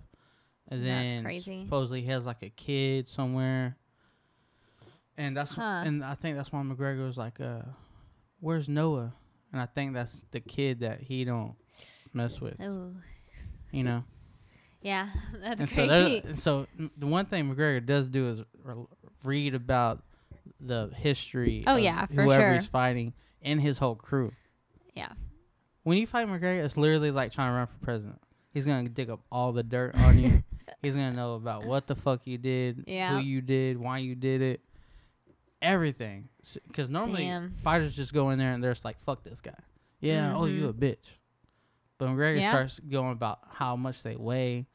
[SPEAKER 1] And then
[SPEAKER 2] That's crazy.
[SPEAKER 1] supposedly he has like a kid somewhere. And that's wh-
[SPEAKER 2] Huh.
[SPEAKER 1] and I think that's why McGregor was like, uh, "Where's Noah?" And I think that's the kid that he don't mess with.
[SPEAKER 2] Oh,
[SPEAKER 1] You know.
[SPEAKER 2] yeah, that's
[SPEAKER 1] and so,
[SPEAKER 2] crazy.
[SPEAKER 1] there's- and so n- the one thing McGregor does do is re- read about the history.
[SPEAKER 2] Oh,
[SPEAKER 1] of
[SPEAKER 2] yeah, for
[SPEAKER 1] whoever
[SPEAKER 2] sure.
[SPEAKER 1] he's fighting and his whole crew.
[SPEAKER 2] Yeah.
[SPEAKER 1] When you fight McGregor, it's literally like trying to run for president. He's gonna dig up all the dirt on you. He's gonna know about what the fuck you did,
[SPEAKER 2] Yeah.
[SPEAKER 1] who you did, why you did it, everything. Because normally
[SPEAKER 2] Damn.
[SPEAKER 1] fighters just go in there and they're just like, "Fuck this guy." Yeah. Oh, you
[SPEAKER 2] Mhm.
[SPEAKER 1] a bitch. But McGregor
[SPEAKER 2] Yeah.
[SPEAKER 1] starts going about how much they weigh,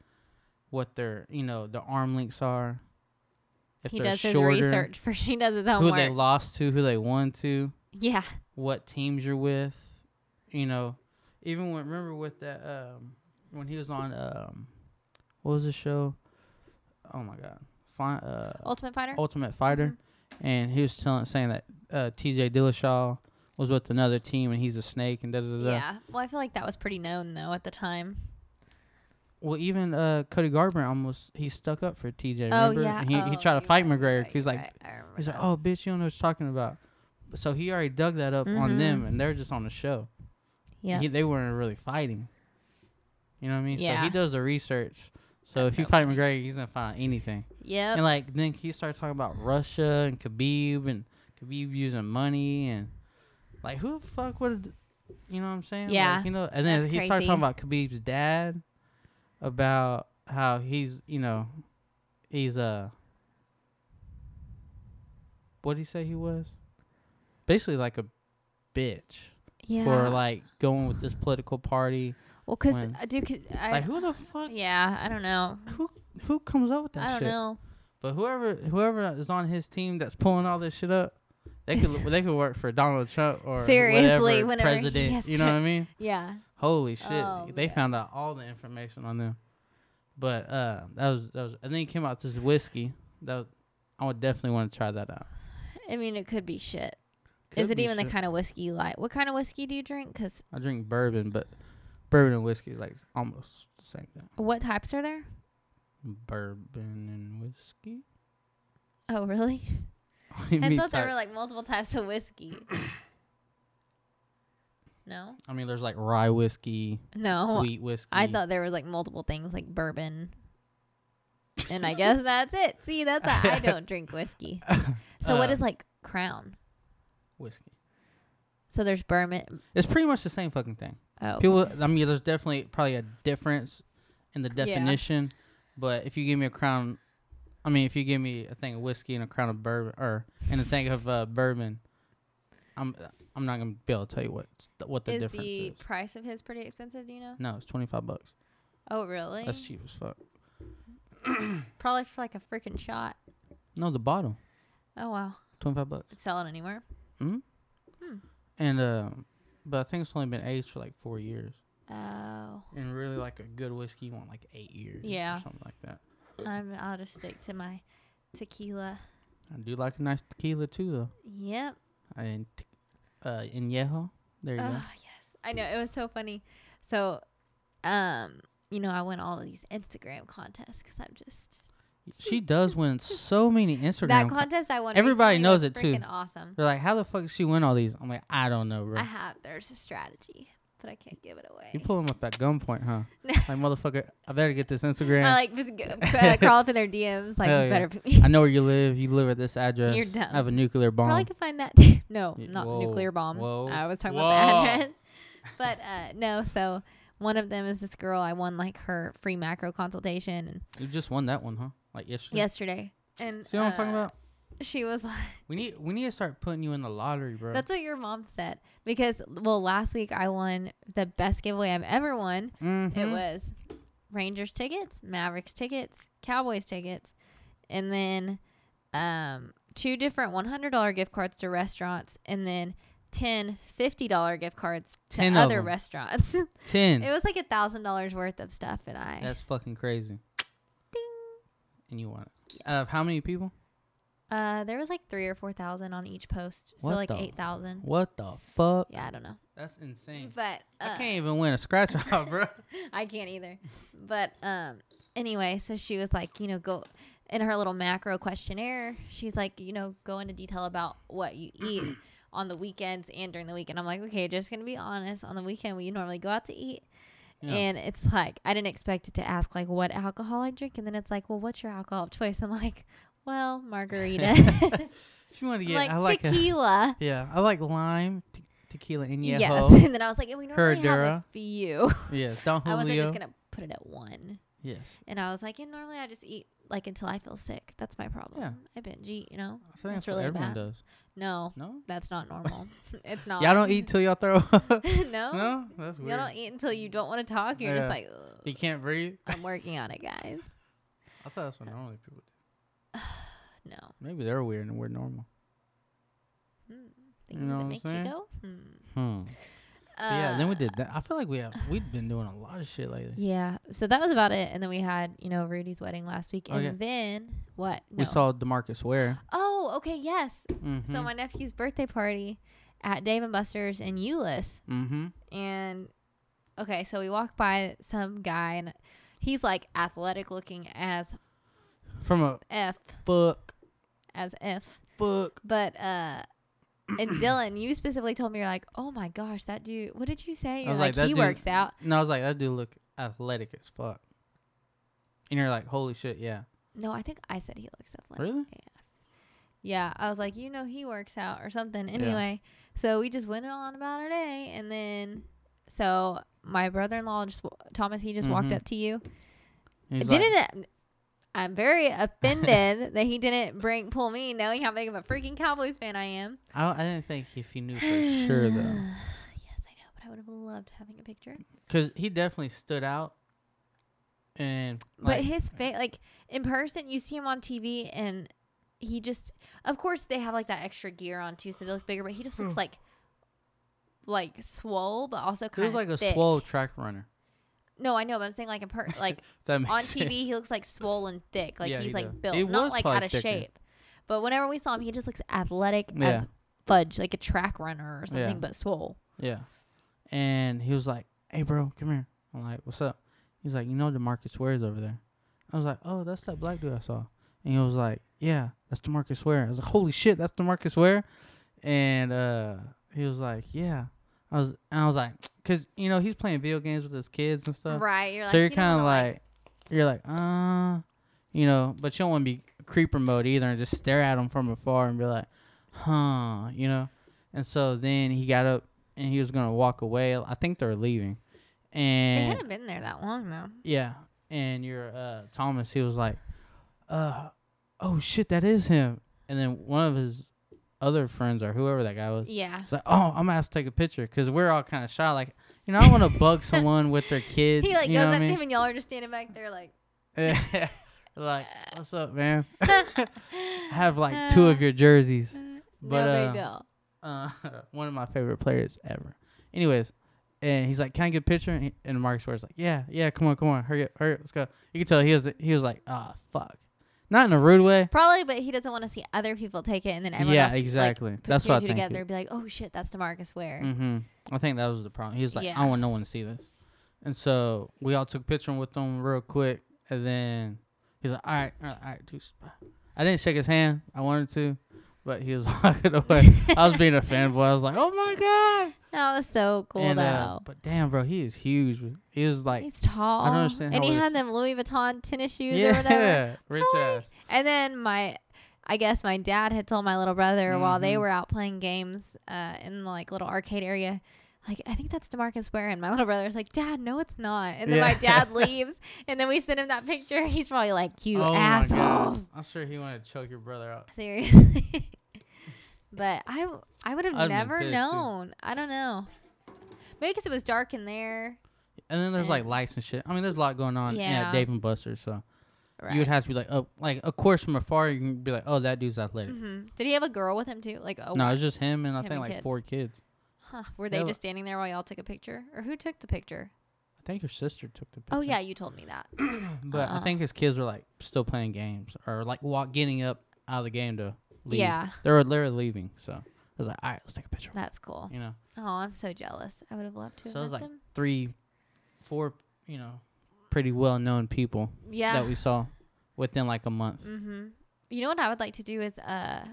[SPEAKER 1] what their you know their arm links are. If
[SPEAKER 2] he
[SPEAKER 1] they're
[SPEAKER 2] does
[SPEAKER 1] shorter,
[SPEAKER 2] his research for she does
[SPEAKER 1] Who
[SPEAKER 2] his
[SPEAKER 1] they
[SPEAKER 2] homework.
[SPEAKER 1] lost to, who they won to,
[SPEAKER 2] yeah,
[SPEAKER 1] what teams you're with, you know. Even when remember with that um when he was on um what was the show? Oh my god. Fi- uh,
[SPEAKER 2] Ultimate Fighter.
[SPEAKER 1] Ultimate Fighter, and he was telling saying that uh, T.J. Dillashaw was with another team and he's a snake and da da da. da.
[SPEAKER 2] yeah. Well, I feel like that was pretty known though at the time.
[SPEAKER 1] Well, even uh, Cody Garbrandt almost he stuck up for T.J. remember?
[SPEAKER 2] Oh yeah.
[SPEAKER 1] And he, he
[SPEAKER 2] Oh,
[SPEAKER 1] tried to
[SPEAKER 2] you're
[SPEAKER 1] fight
[SPEAKER 2] right, you're
[SPEAKER 1] McGregor.
[SPEAKER 2] right,
[SPEAKER 1] 'cause he's
[SPEAKER 2] you're
[SPEAKER 1] like
[SPEAKER 2] right. I remember
[SPEAKER 1] he's like,
[SPEAKER 2] that.
[SPEAKER 1] oh bitch, you don't know what you're talking about. So he already dug that up on them,
[SPEAKER 2] Mhm.
[SPEAKER 1] and they're just on the show.
[SPEAKER 2] yeah.
[SPEAKER 1] "Oh, He- they weren't really fighting. You know what I mean? So
[SPEAKER 2] Yeah.
[SPEAKER 1] he does the research. So
[SPEAKER 2] That's
[SPEAKER 1] if you
[SPEAKER 2] so Uh,
[SPEAKER 1] fight McGregor, he's gonna find anything.
[SPEAKER 2] Yep.
[SPEAKER 1] And like then he started talking about Russia and Khabib and Khabib using money and like who the fuck would have you know what I'm saying? Like,
[SPEAKER 2] Yeah,
[SPEAKER 1] you know and then
[SPEAKER 2] that's
[SPEAKER 1] he started talking about
[SPEAKER 2] crazy.
[SPEAKER 1] Khabib's dad about how he's you know he's uh what did he say he was? Basically like a bitch
[SPEAKER 2] yeah.
[SPEAKER 1] for like going with this political party.
[SPEAKER 2] well, cause
[SPEAKER 1] when-
[SPEAKER 2] I do. 'cause I,
[SPEAKER 1] like who the fuck
[SPEAKER 2] yeah. I don't know.
[SPEAKER 1] who who comes up with that
[SPEAKER 2] I don't
[SPEAKER 1] shit?
[SPEAKER 2] know.
[SPEAKER 1] But whoever whoever is on his team that's pulling all this shit up, they could they could work for Donald Trump or
[SPEAKER 2] Seriously,
[SPEAKER 1] whatever
[SPEAKER 2] whenever he
[SPEAKER 1] president.
[SPEAKER 2] has
[SPEAKER 1] You know
[SPEAKER 2] to-
[SPEAKER 1] what I mean?
[SPEAKER 2] Yeah.
[SPEAKER 1] Holy shit!
[SPEAKER 2] Oh,
[SPEAKER 1] they
[SPEAKER 2] man.
[SPEAKER 1] found out all the information on them. But uh, that was that was. I think it came out this whiskey. That was, I would definitely want to try that out.
[SPEAKER 2] I mean, it could be shit.
[SPEAKER 1] Could
[SPEAKER 2] Is it
[SPEAKER 1] be
[SPEAKER 2] even
[SPEAKER 1] shit.
[SPEAKER 2] the kind of whiskey you like? What kind of whiskey do you drink? Cause
[SPEAKER 1] I drink bourbon, but bourbon and whiskey is like almost the same thing.
[SPEAKER 2] what types are there?
[SPEAKER 1] Bourbon and whiskey.
[SPEAKER 2] Oh, really?
[SPEAKER 1] What do you
[SPEAKER 2] I
[SPEAKER 1] mean
[SPEAKER 2] thought there
[SPEAKER 1] type?
[SPEAKER 2] were like multiple types of whiskey. no,
[SPEAKER 1] I mean, there's like rye whiskey,
[SPEAKER 2] no.
[SPEAKER 1] wheat whiskey.
[SPEAKER 2] Oh, I thought there was like multiple things like bourbon. and I guess that's it. See, that's why I don't drink whiskey. So what
[SPEAKER 1] Uh,
[SPEAKER 2] is like Crown?
[SPEAKER 1] whiskey.
[SPEAKER 2] So there's bourbon.
[SPEAKER 1] It's pretty much the same fucking thing.
[SPEAKER 2] Oh,
[SPEAKER 1] People, I mean, there's definitely probably a difference in the
[SPEAKER 2] Yeah.
[SPEAKER 1] definition, but if you give me a crown, I mean, if you give me a thing of whiskey and a crown of bourbon, or and a thing of uh, bourbon, I'm I'm not gonna be able to tell you what what the
[SPEAKER 2] is
[SPEAKER 1] difference
[SPEAKER 2] the
[SPEAKER 1] is.
[SPEAKER 2] price of his pretty expensive? Do you know?
[SPEAKER 1] No, it's twenty five bucks.
[SPEAKER 2] Oh, really?
[SPEAKER 1] That's cheap as fuck.
[SPEAKER 2] Probably for like a freaking shot.
[SPEAKER 1] No, the bottle,
[SPEAKER 2] Oh wow,
[SPEAKER 1] twenty five bucks.
[SPEAKER 2] Could sell it anywhere.
[SPEAKER 1] hmm
[SPEAKER 2] Hmm.
[SPEAKER 1] And uh, but I think it's only been aged for like four years.
[SPEAKER 2] Oh,
[SPEAKER 1] And really, like a good whiskey, you want like eight years.
[SPEAKER 2] Yeah.
[SPEAKER 1] Or something like that.
[SPEAKER 2] I'm. I'll just stick to my tequila.
[SPEAKER 1] I do like a nice tequila too, though.
[SPEAKER 2] Yep.
[SPEAKER 1] and t- uh Añejo. There you
[SPEAKER 2] Oh
[SPEAKER 1] go.
[SPEAKER 2] yes, I know it was so funny. So, um, you know, I win all of these Instagram contests because I'm just
[SPEAKER 1] She does win so many Instagram.
[SPEAKER 2] that
[SPEAKER 1] co-
[SPEAKER 2] contest I won.
[SPEAKER 1] Everybody
[SPEAKER 2] recently
[SPEAKER 1] knows
[SPEAKER 2] was
[SPEAKER 1] it, too.
[SPEAKER 2] freaking Awesome.
[SPEAKER 1] They're like, how the fuck did she win all these? I'm like, I don't know, bro.
[SPEAKER 2] I have. There's a strategy, but I can't give it away.
[SPEAKER 1] You pull them up at gunpoint, huh? like motherfucker, I better get this Instagram.
[SPEAKER 2] I like just go, uh, crawl up in their DMs. Like
[SPEAKER 1] Hell
[SPEAKER 2] you
[SPEAKER 1] yeah.
[SPEAKER 2] better. put me-
[SPEAKER 1] I know where you live. You live at this address.
[SPEAKER 2] You're dumb.
[SPEAKER 1] I have a nuclear bomb.
[SPEAKER 2] Probably could find that. Too. No,
[SPEAKER 1] Y-
[SPEAKER 2] not
[SPEAKER 1] whoa,
[SPEAKER 2] nuclear bomb.
[SPEAKER 1] whoa,
[SPEAKER 2] I was talking
[SPEAKER 1] whoa.
[SPEAKER 2] about the address. But uh, no, so one of them is this girl. I won like her free macro consultation and
[SPEAKER 1] you just won that one, huh? Like yesterday.
[SPEAKER 2] yesterday. And
[SPEAKER 1] Hmm. See what I'm talking
[SPEAKER 2] uh,
[SPEAKER 1] about?
[SPEAKER 2] She was like,
[SPEAKER 1] We need we need to start putting you in the lottery, bro.
[SPEAKER 2] "That's what your mom said." Because well, last week I won the best giveaway I've ever won.
[SPEAKER 1] Mhm.
[SPEAKER 2] It was Rangers tickets, Mavericks tickets, Cowboys tickets, and then um, two different $100 gift cards to restaurants, and then 10 $50 gift cards to
[SPEAKER 1] 10 of
[SPEAKER 2] other
[SPEAKER 1] them.
[SPEAKER 2] restaurants. it
[SPEAKER 1] ten.
[SPEAKER 2] was like a $1,000 worth of stuff, and I.
[SPEAKER 1] That's fucking crazy.
[SPEAKER 2] ding.
[SPEAKER 1] And you won it. Out of how many people?
[SPEAKER 2] Uh, there was like three or 4,000 on each post, so
[SPEAKER 1] What
[SPEAKER 2] like
[SPEAKER 1] the-
[SPEAKER 2] 8,000.
[SPEAKER 1] What the fuck?
[SPEAKER 2] Yeah, I don't know.
[SPEAKER 1] That's insane.
[SPEAKER 2] But uh,
[SPEAKER 1] I can't even win a scratch off, bro.
[SPEAKER 2] I can't either. But um anyway, so she was like, you know, go in her little macro questionnaire, she's like, you know, go into detail about what you eat on the weekends and during the week. And I'm like, okay, just gonna be honest. On the weekend, we normally go out to eat,
[SPEAKER 1] Yeah.
[SPEAKER 2] and it's like I didn't expect it to ask like what alcohol I drink, and then it's like, well, what's your alcohol of choice? I'm like, well, margarita,
[SPEAKER 1] if you want to get,
[SPEAKER 2] like,
[SPEAKER 1] I like a-
[SPEAKER 2] tequila.
[SPEAKER 1] yeah, I like lime, te- tequila, and
[SPEAKER 2] Yes,
[SPEAKER 1] yes,
[SPEAKER 2] and then I was like, and we normally have a
[SPEAKER 1] Herradura.
[SPEAKER 2] few.
[SPEAKER 1] yes, Don Julio.
[SPEAKER 2] I wasn't just gonna put it at one.
[SPEAKER 1] yes,
[SPEAKER 2] And I was like, and normally I just eat like until I feel sick. That's my problem.
[SPEAKER 1] Yeah.
[SPEAKER 2] I binge eat, you know?
[SPEAKER 1] I think
[SPEAKER 2] That's
[SPEAKER 1] that's
[SPEAKER 2] really
[SPEAKER 1] what everyone
[SPEAKER 2] bad.
[SPEAKER 1] does.
[SPEAKER 2] No,
[SPEAKER 1] No,
[SPEAKER 2] that's not normal. it's not.
[SPEAKER 1] y'all don't eat till y'all throw up.
[SPEAKER 2] no.
[SPEAKER 1] no, that's
[SPEAKER 2] Y'all
[SPEAKER 1] weird.
[SPEAKER 2] don't eat until you don't want to talk. You're just
[SPEAKER 1] Yeah.
[SPEAKER 2] like,
[SPEAKER 1] You
[SPEAKER 2] "Ugh,
[SPEAKER 1] can't breathe.
[SPEAKER 2] I'm working on it, guys.
[SPEAKER 1] I thought that's what normally people
[SPEAKER 2] No.
[SPEAKER 1] do. Maybe they're weird and we're normal.
[SPEAKER 2] Hmm. Things
[SPEAKER 1] know what
[SPEAKER 2] that
[SPEAKER 1] I'm
[SPEAKER 2] make
[SPEAKER 1] saying?
[SPEAKER 2] you go. Hmm.
[SPEAKER 1] Hmm. But yeah. Then we
[SPEAKER 2] Uh,
[SPEAKER 1] did that. I feel like we have we've been doing a lot of shit lately.
[SPEAKER 2] Yeah. So that was about it. And then we had, you know, Rudy's wedding last week.
[SPEAKER 1] Oh,
[SPEAKER 2] and
[SPEAKER 1] yeah.
[SPEAKER 2] then what? No.
[SPEAKER 1] We saw Demarcus Ware.
[SPEAKER 2] oh, okay. Yes.
[SPEAKER 1] Mm-hmm.
[SPEAKER 2] So my nephew's birthday party at Dave and Buster's in Euless.
[SPEAKER 1] mm-hmm.
[SPEAKER 2] and okay, so we walk by some guy and he's like athletic looking as
[SPEAKER 1] from a
[SPEAKER 2] f
[SPEAKER 1] book
[SPEAKER 2] as f.
[SPEAKER 1] book.
[SPEAKER 2] But uh, and Dylan, you specifically told me you're like, oh my gosh, that dude. What did you say?
[SPEAKER 1] I
[SPEAKER 2] You're
[SPEAKER 1] was
[SPEAKER 2] like,
[SPEAKER 1] like, that
[SPEAKER 2] he
[SPEAKER 1] dude-
[SPEAKER 2] works out.
[SPEAKER 1] No, I was like that dude look athletic as fuck. And you're like, holy shit, yeah.
[SPEAKER 2] No, I think I said he looks athletic.
[SPEAKER 1] Really?
[SPEAKER 2] Yeah, I was like, you know, he works out or something. Anyway, so we just went on about our day, and then so my brother-in-law just w- Thomas, he just walked
[SPEAKER 1] Mhm.
[SPEAKER 2] up to you
[SPEAKER 1] And he's like,
[SPEAKER 2] didn't it- I'm very offended that he didn't bring pull me, knowing how big of a freaking Cowboys fan I am.
[SPEAKER 1] I, don't- I didn't think if he knew for sure though,
[SPEAKER 2] Yes, I know, but I would have loved having a picture.
[SPEAKER 1] because he definitely stood out. And
[SPEAKER 2] but
[SPEAKER 1] like,
[SPEAKER 2] his face, like in person, you see him on TV, and he just, of course, they have like that extra gear on too, so they look bigger. But he just looks like, like swole, but also
[SPEAKER 1] Hmm. he
[SPEAKER 2] kind
[SPEAKER 1] was
[SPEAKER 2] of
[SPEAKER 1] like a
[SPEAKER 2] thick.
[SPEAKER 1] swole track runner.
[SPEAKER 2] No, I know, but I'm saying like in per- like
[SPEAKER 1] If that makes
[SPEAKER 2] on
[SPEAKER 1] sense.
[SPEAKER 2] TV, he looks like swollen thick. Like
[SPEAKER 1] Yeah,
[SPEAKER 2] he's
[SPEAKER 1] he
[SPEAKER 2] like
[SPEAKER 1] does.
[SPEAKER 2] built,
[SPEAKER 1] He
[SPEAKER 2] not
[SPEAKER 1] was
[SPEAKER 2] like
[SPEAKER 1] probably
[SPEAKER 2] out of
[SPEAKER 1] thicker.
[SPEAKER 2] shape. But whenever we saw him, he just looks athletic as
[SPEAKER 1] Yeah.
[SPEAKER 2] fudge, like a track runner or something,
[SPEAKER 1] Yeah.
[SPEAKER 2] but swole.
[SPEAKER 1] Yeah. And he was like, Hey bro, come here. I'm like, What's up? He's like, You know Demarcus Ware's over there. I was like, Oh, that's that black dude I saw. And he was like, Yeah, that's Demarcus Ware. I was like, Holy shit, that's Demarcus Ware and uh he was like, Yeah. I was and I was like, Cause you know, he's playing video games with his kids and stuff.
[SPEAKER 2] right. You're like,
[SPEAKER 1] so you're
[SPEAKER 2] you don't
[SPEAKER 1] kinda
[SPEAKER 2] wanna,
[SPEAKER 1] like, you're like, uh you know, but you don't wanna be creeper mode either and just stare at him from afar and be like, Huh, you know? And so then he got up and he was gonna walk away. I think they're leaving.
[SPEAKER 2] They
[SPEAKER 1] And
[SPEAKER 2] hadn't been there that long though.
[SPEAKER 1] yeah. And your uh Thomas, he was like, Uh oh shit, that is him and then one of his other friends or whoever that guy was
[SPEAKER 2] Yeah.
[SPEAKER 1] it's like, oh, I'm gonna have to take a picture because we're all kind of shy. Like, you know, I want to bug someone with their kid.
[SPEAKER 2] He like
[SPEAKER 1] you
[SPEAKER 2] goes
[SPEAKER 1] know
[SPEAKER 2] up
[SPEAKER 1] what I
[SPEAKER 2] to
[SPEAKER 1] mean?
[SPEAKER 2] him and y'all are just standing back there like
[SPEAKER 1] like, what's up, man? Have like two of your jerseys. But,
[SPEAKER 2] no
[SPEAKER 1] uh,
[SPEAKER 2] big deal.
[SPEAKER 1] Uh,
[SPEAKER 2] Uh-huh.
[SPEAKER 1] one of my favorite players ever. Anyways, and he's like, "Can I get a picture?" And, he, and Marcus Ware's like, "Yeah, yeah, come on, come on, hurry up, hurry up, let's go." You can tell he was he was like, "Ah, fuck," not in a rude way.
[SPEAKER 2] Probably, but he doesn't want to see other people take it, and then everyone
[SPEAKER 1] yeah,
[SPEAKER 2] else like,
[SPEAKER 1] exactly.
[SPEAKER 2] put
[SPEAKER 1] That's
[SPEAKER 2] two
[SPEAKER 1] what
[SPEAKER 2] and
[SPEAKER 1] I
[SPEAKER 2] two
[SPEAKER 1] think.
[SPEAKER 2] together, and be like, oh shit, that's Demarcus Ware.
[SPEAKER 1] hmm I think that was the problem. He was like, I
[SPEAKER 2] Yeah.
[SPEAKER 1] don't want no one to see this. And so we all took a picture with him real quick. And then he's like, all right, all right, all right, deuce. bye." I didn't shake his hand. I wanted to, but he was walking away. I was being a fanboy. I was like, oh my God.
[SPEAKER 2] That was so cool
[SPEAKER 1] and,
[SPEAKER 2] though.
[SPEAKER 1] uh, but damn, bro, he is huge. He is like,
[SPEAKER 2] He's tall.
[SPEAKER 1] understand
[SPEAKER 2] And
[SPEAKER 1] how
[SPEAKER 2] he
[SPEAKER 1] it
[SPEAKER 2] had
[SPEAKER 1] is.
[SPEAKER 2] them Louis Vuitton tennis shoes or whatever.
[SPEAKER 1] yeah, rich
[SPEAKER 2] Hi.
[SPEAKER 1] ass.
[SPEAKER 2] And then my, I guess my dad had told my little brother while they
[SPEAKER 1] Mhm.
[SPEAKER 2] were out playing games uh, in like little arcade area. Like I think that's Demarcus Ware, and my little brother's like, "Dad, no, it's not." And then
[SPEAKER 1] Yeah.
[SPEAKER 2] my dad leaves, and then we send him that picture. He's probably like, "You
[SPEAKER 1] oh my
[SPEAKER 2] assholes!"
[SPEAKER 1] God. I'm sure he wanted to choke your brother out.
[SPEAKER 2] Seriously. but I, w- I would have
[SPEAKER 1] I'd have been
[SPEAKER 2] never
[SPEAKER 1] pissed, too.
[SPEAKER 2] known. I don't know. Maybe because it was dark in there.
[SPEAKER 1] And then there's like
[SPEAKER 2] Yeah.
[SPEAKER 1] lights and shit. I mean, there's a lot going on
[SPEAKER 2] Yeah.
[SPEAKER 1] at Dave and Buster's. So.
[SPEAKER 2] Right.
[SPEAKER 1] you would have to be like, oh, like of course from afar you can be like, oh, that dude's athletic.
[SPEAKER 2] hmm Did he have a girl with him too? Like a
[SPEAKER 1] No, it's just him and I
[SPEAKER 2] Him
[SPEAKER 1] think
[SPEAKER 2] and
[SPEAKER 1] like
[SPEAKER 2] kids.
[SPEAKER 1] four kids.
[SPEAKER 2] Huh. Were they
[SPEAKER 1] Yeah,
[SPEAKER 2] just standing there while y'all took a picture? Or who took the picture?
[SPEAKER 1] I think your sister took the picture.
[SPEAKER 2] Oh, yeah, you told me that.
[SPEAKER 1] but I
[SPEAKER 2] Uh-uh.
[SPEAKER 1] think his kids were like still playing games or like walk getting up out of the game to leave.
[SPEAKER 2] Yeah,
[SPEAKER 1] they were literally leaving. So I was like, all right, let's take a picture.
[SPEAKER 2] that's cool.
[SPEAKER 1] You know,
[SPEAKER 2] Oh, I'm so jealous. I would have loved to have
[SPEAKER 1] So it was
[SPEAKER 2] met
[SPEAKER 1] like
[SPEAKER 2] them.
[SPEAKER 1] three, four, you know, pretty well known people
[SPEAKER 2] Yeah. Mm.
[SPEAKER 1] that we saw within like a month.
[SPEAKER 2] mm-hmm. You know what I would like to do is uh,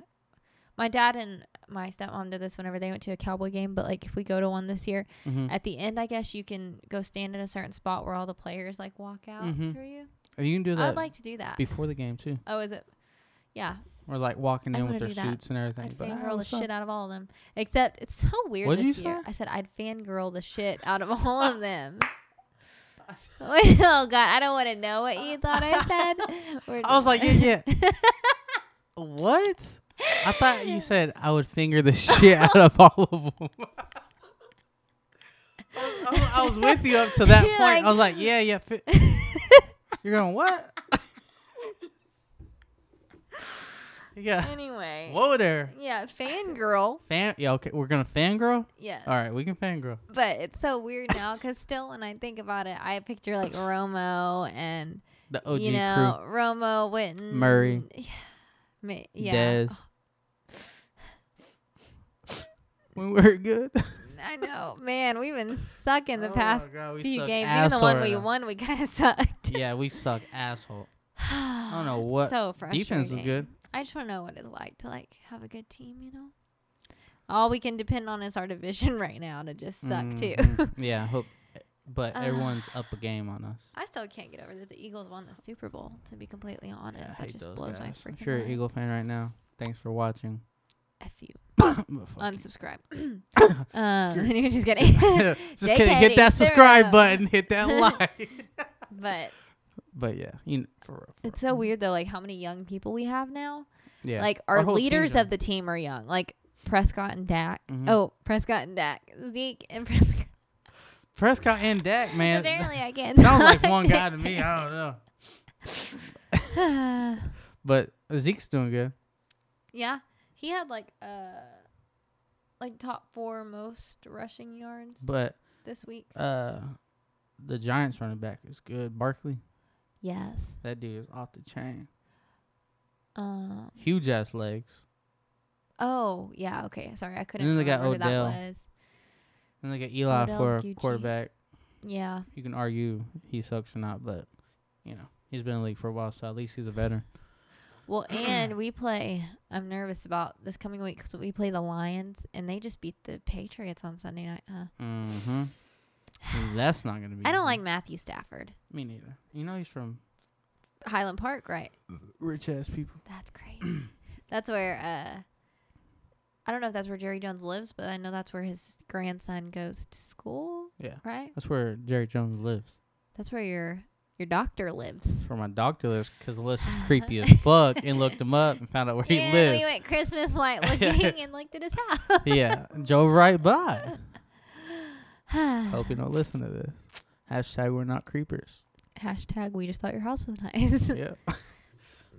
[SPEAKER 2] my dad and my stepmom did this whenever they went to a cowboy game, but like if we go to one this year,
[SPEAKER 1] Mm-hmm.
[SPEAKER 2] at the end I guess you can go stand in a certain spot where all the players like walk out
[SPEAKER 1] Mhm.
[SPEAKER 2] through you.
[SPEAKER 1] Or you can do that
[SPEAKER 2] I'd like to do that.
[SPEAKER 1] before the game too,
[SPEAKER 2] oh, is it? Yeah,
[SPEAKER 1] or like walking
[SPEAKER 2] I
[SPEAKER 1] in
[SPEAKER 2] wanna
[SPEAKER 1] with their
[SPEAKER 2] do that.
[SPEAKER 1] suits and everything.
[SPEAKER 2] I'd
[SPEAKER 1] but,
[SPEAKER 2] fangirl the
[SPEAKER 1] what's up?
[SPEAKER 2] shit out of all of them. Except it's so weird
[SPEAKER 1] What'd
[SPEAKER 2] this
[SPEAKER 1] you
[SPEAKER 2] year.
[SPEAKER 1] say?
[SPEAKER 2] I said I'd fangirl the shit out of all of them. oh god, I don't want to know what you thought I said. We're
[SPEAKER 1] I was like,
[SPEAKER 2] done.
[SPEAKER 1] yeah, yeah. what? I thought you said I would finger the shit out of all of them. I, was- I was with you up to that
[SPEAKER 2] You're
[SPEAKER 1] point.
[SPEAKER 2] like-
[SPEAKER 1] I was like, yeah, yeah. Fi- You're going what? yeah.
[SPEAKER 2] anyway.
[SPEAKER 1] Whoa there,
[SPEAKER 2] Yeah, fangirl.
[SPEAKER 1] fan. Yeah, okay. We're gonna fangirl.
[SPEAKER 2] Yeah.
[SPEAKER 1] All right, we can fangirl.
[SPEAKER 2] But it's so weird now because still, when I think about it, I picture like Romo and
[SPEAKER 1] The OG
[SPEAKER 2] you know Romo Witten
[SPEAKER 1] Murray.
[SPEAKER 2] Ma-
[SPEAKER 1] crew.
[SPEAKER 2] yeah,
[SPEAKER 1] Dez. when we're good.
[SPEAKER 2] I know, man. We've been sucking the
[SPEAKER 1] Oh
[SPEAKER 2] past few games. Even the
[SPEAKER 1] asshole
[SPEAKER 2] one
[SPEAKER 1] right
[SPEAKER 2] we
[SPEAKER 1] now.
[SPEAKER 2] won, we kind of sucked.
[SPEAKER 1] Yeah, we suck asshole.
[SPEAKER 2] I
[SPEAKER 1] don't know what-
[SPEAKER 2] So frustrating.
[SPEAKER 1] Defense is good.
[SPEAKER 2] I just want to know what it's like to like have a good team. You know, all we can depend on is our division right now to just suck too.
[SPEAKER 1] Mhm. yeah, I hope. But
[SPEAKER 2] Ah.
[SPEAKER 1] everyone's up a game on us.
[SPEAKER 2] I still can't get over that the Eagles won the Super Bowl. To be completely honest,
[SPEAKER 1] Yeah, I
[SPEAKER 2] that
[SPEAKER 1] hate
[SPEAKER 2] just
[SPEAKER 1] those
[SPEAKER 2] blows my
[SPEAKER 1] guys.
[SPEAKER 2] freaking
[SPEAKER 1] If you're an
[SPEAKER 2] mind.
[SPEAKER 1] Eagle fan right now, thanks for watching.
[SPEAKER 2] F you.
[SPEAKER 1] But fuck you.
[SPEAKER 2] Unsubscribe. um, you're just kidding.
[SPEAKER 1] Just kidding. Hit that
[SPEAKER 2] JK,
[SPEAKER 1] subscribe
[SPEAKER 2] zero.
[SPEAKER 1] button. Hit that like.
[SPEAKER 2] but
[SPEAKER 1] but yeah, you know, for, real, for
[SPEAKER 2] it's so weird though, like how many young people we have now.
[SPEAKER 1] real. yeah.
[SPEAKER 2] Like
[SPEAKER 1] Our
[SPEAKER 2] our,
[SPEAKER 1] whole team's
[SPEAKER 2] leaders
[SPEAKER 1] young.
[SPEAKER 2] of the team are young. Like Prescott and Dak.
[SPEAKER 1] Mhm.
[SPEAKER 2] Oh, Prescott and Dak. Zeke and Prescott.
[SPEAKER 1] Prescott and Dak, man.
[SPEAKER 2] Apparently, I can't.
[SPEAKER 1] Sounds like
[SPEAKER 2] talk.
[SPEAKER 1] one guy to me. I don't know. But Zeke's doing good.
[SPEAKER 2] yeah, he had like uh, like top four most rushing yards
[SPEAKER 1] But
[SPEAKER 2] this week.
[SPEAKER 1] uh, the Giants running back is good. Barkley,
[SPEAKER 2] Yes.
[SPEAKER 1] that dude is off the chain.
[SPEAKER 2] Um.
[SPEAKER 1] Huge ass legs.
[SPEAKER 2] Oh yeah. Okay. Sorry, I couldn't
[SPEAKER 1] then they got
[SPEAKER 2] remember
[SPEAKER 1] Odell.
[SPEAKER 2] who that was.
[SPEAKER 1] And they got Eli
[SPEAKER 2] Odell's
[SPEAKER 1] for a
[SPEAKER 2] Gucci.
[SPEAKER 1] quarterback.
[SPEAKER 2] Yeah.
[SPEAKER 1] You can argue he sucks or not, but you know he's been in the league for a while, so at least he's a veteran.
[SPEAKER 2] Well, and we play. I'm nervous about this coming week because we play the Lions, and they just beat the Patriots on Sunday night. Huh?
[SPEAKER 1] Mm-hmm. That's not gonna be.
[SPEAKER 2] I don't
[SPEAKER 1] easy.
[SPEAKER 2] like Matthew Stafford.
[SPEAKER 1] me neither. You know he's from
[SPEAKER 2] Highland Park, right?
[SPEAKER 1] rich ass people.
[SPEAKER 2] That's crazy. that's where. uh I don't know if that's where Jerry Jones lives, but I know that's where his grandson goes to school,
[SPEAKER 1] Yeah,
[SPEAKER 2] right?
[SPEAKER 1] that's where Jerry Jones lives.
[SPEAKER 2] That's where your your doctor lives.
[SPEAKER 1] Where my doctor lives, because the list is creepy as fuck, and looked him up and found out where he
[SPEAKER 2] and we
[SPEAKER 1] lives.
[SPEAKER 2] went Christmas light looking and looked at his house.
[SPEAKER 1] yeah, drove right by. Hope you don't listen to this. Hashtag we're not creepers.
[SPEAKER 2] Hashtag we just thought your house was nice.
[SPEAKER 1] yeah,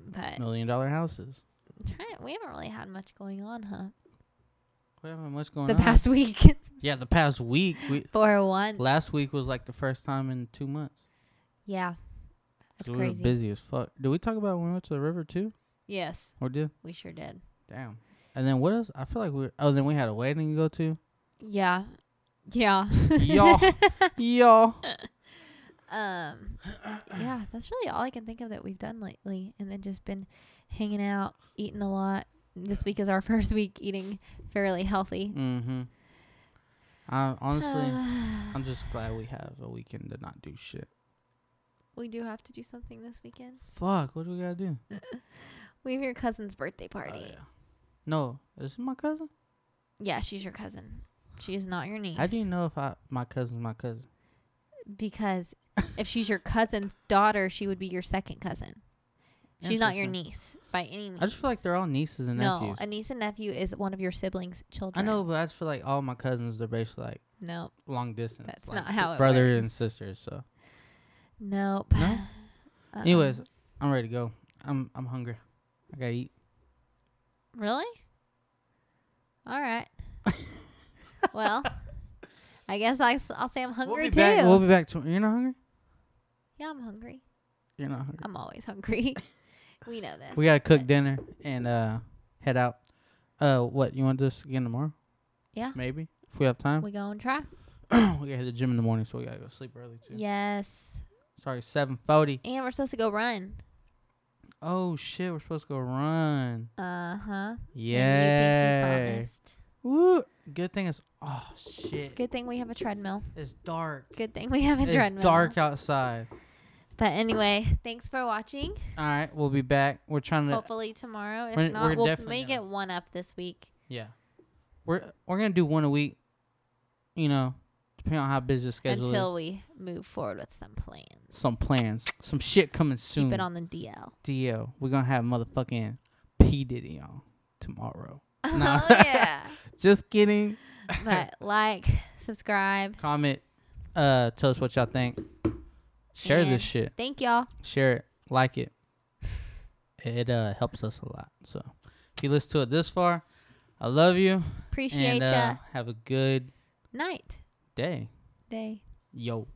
[SPEAKER 2] but
[SPEAKER 1] million dollar houses.
[SPEAKER 2] trying- we haven't really had much going on, huh?
[SPEAKER 1] We haven't much going
[SPEAKER 2] the
[SPEAKER 1] on.
[SPEAKER 2] past week
[SPEAKER 1] yeah, the past week we
[SPEAKER 2] for one.
[SPEAKER 1] Last week was like the first time in two months.
[SPEAKER 2] Yeah. That's
[SPEAKER 1] we
[SPEAKER 2] crazy.
[SPEAKER 1] were busy as fuck. Did we talk about when we went to the river too?
[SPEAKER 2] Yes,
[SPEAKER 1] Or did?
[SPEAKER 2] we sure did.
[SPEAKER 1] Damn. And then what else? I feel like we. Oh, then we had a wedding to go to.
[SPEAKER 2] Yeah. Yeah.
[SPEAKER 1] Y'all, y'all.
[SPEAKER 2] Um yeah, that's really all I can think of that we've done lately and then just been hanging out, eating a lot. This week is our first week eating fairly healthy.
[SPEAKER 1] Mm-hmm. I honestly, I'm just glad we have a weekend to not do shit.
[SPEAKER 2] we do have to do something this weekend.
[SPEAKER 1] Fuck. What do we gotta do?
[SPEAKER 2] We have your cousin's birthday
[SPEAKER 1] Oh,
[SPEAKER 2] party. yeah.
[SPEAKER 1] yeah. No, is this my cousin?
[SPEAKER 2] she's your cousin. She is not your niece.
[SPEAKER 1] How do you know if I my cousin's my cousin?
[SPEAKER 2] because if she's your cousin's daughter, she would be your second cousin. She's not your
[SPEAKER 1] Interesting.
[SPEAKER 2] niece by any means.
[SPEAKER 1] I just feel like they're all nieces and
[SPEAKER 2] no,
[SPEAKER 1] nephews.
[SPEAKER 2] a niece and nephew is one of your siblings'
[SPEAKER 1] I
[SPEAKER 2] children.
[SPEAKER 1] know, but I just feel like all my cousins they're basically like
[SPEAKER 2] No,
[SPEAKER 1] long distance.
[SPEAKER 2] That's
[SPEAKER 1] like
[SPEAKER 2] not
[SPEAKER 1] si-
[SPEAKER 2] how it
[SPEAKER 1] brother and
[SPEAKER 2] works.
[SPEAKER 1] sisters. So,
[SPEAKER 2] nope.
[SPEAKER 1] No?
[SPEAKER 2] Uh-uh.
[SPEAKER 1] anyways, I'm ready to go. I'm I'm hungry. I gotta eat.
[SPEAKER 2] really? All right. well, I guess I, will say I'm hungry
[SPEAKER 1] we'll be
[SPEAKER 2] too.
[SPEAKER 1] Back, we'll be back. To, you're not hungry.
[SPEAKER 2] yeah, I'm hungry.
[SPEAKER 1] You're not hungry.
[SPEAKER 2] I'm always hungry. we know this.
[SPEAKER 1] we gotta cook dinner and uh head out. Uh, what you want to do this again tomorrow?
[SPEAKER 2] Yeah.
[SPEAKER 1] Maybe if we have time. We,
[SPEAKER 2] We go and try.
[SPEAKER 1] gotta hit the gym in the morning, so we gotta go sleep early too.
[SPEAKER 2] Yes.
[SPEAKER 1] Sorry, seven forty.
[SPEAKER 2] And we're supposed to go run.
[SPEAKER 1] oh shit, we're supposed to go run.
[SPEAKER 2] Uh huh.
[SPEAKER 1] Yeah. Woo. Good thing it's oh shit.
[SPEAKER 2] Good thing we have a treadmill.
[SPEAKER 1] It's dark.
[SPEAKER 2] Good thing we have a
[SPEAKER 1] It's
[SPEAKER 2] treadmill.
[SPEAKER 1] dark outside.
[SPEAKER 2] But anyway, thanks for watching.
[SPEAKER 1] All right, we'll be back. We're trying to
[SPEAKER 2] Hopefully tomorrow. If
[SPEAKER 1] We're-
[SPEAKER 2] not,
[SPEAKER 1] we're
[SPEAKER 2] we'll
[SPEAKER 1] definitely
[SPEAKER 2] may
[SPEAKER 1] gonna-
[SPEAKER 2] get one up this week.
[SPEAKER 1] yeah. We're we're gonna do one a week. You know, depending on how busy the schedule
[SPEAKER 2] until
[SPEAKER 1] is.
[SPEAKER 2] we move forward with some plans.
[SPEAKER 1] Some plans, some shit coming soon.
[SPEAKER 2] Keep it on the DL.
[SPEAKER 1] DL. We're gonna have motherfucking P Diddy on tomorrow. No.
[SPEAKER 2] oh yeah.
[SPEAKER 1] Just kidding.
[SPEAKER 2] but like, subscribe.
[SPEAKER 1] Comment. Uh, tell us what y'all think. Share
[SPEAKER 2] And-
[SPEAKER 1] this shit.
[SPEAKER 2] Thank y'all.
[SPEAKER 1] Share it. Like it. It uh helps us a lot. So if you listen to it this far, I love you. and
[SPEAKER 2] Appreciate ya.
[SPEAKER 1] uh, have a good
[SPEAKER 2] Night.
[SPEAKER 1] day.
[SPEAKER 2] Day.
[SPEAKER 1] Yo.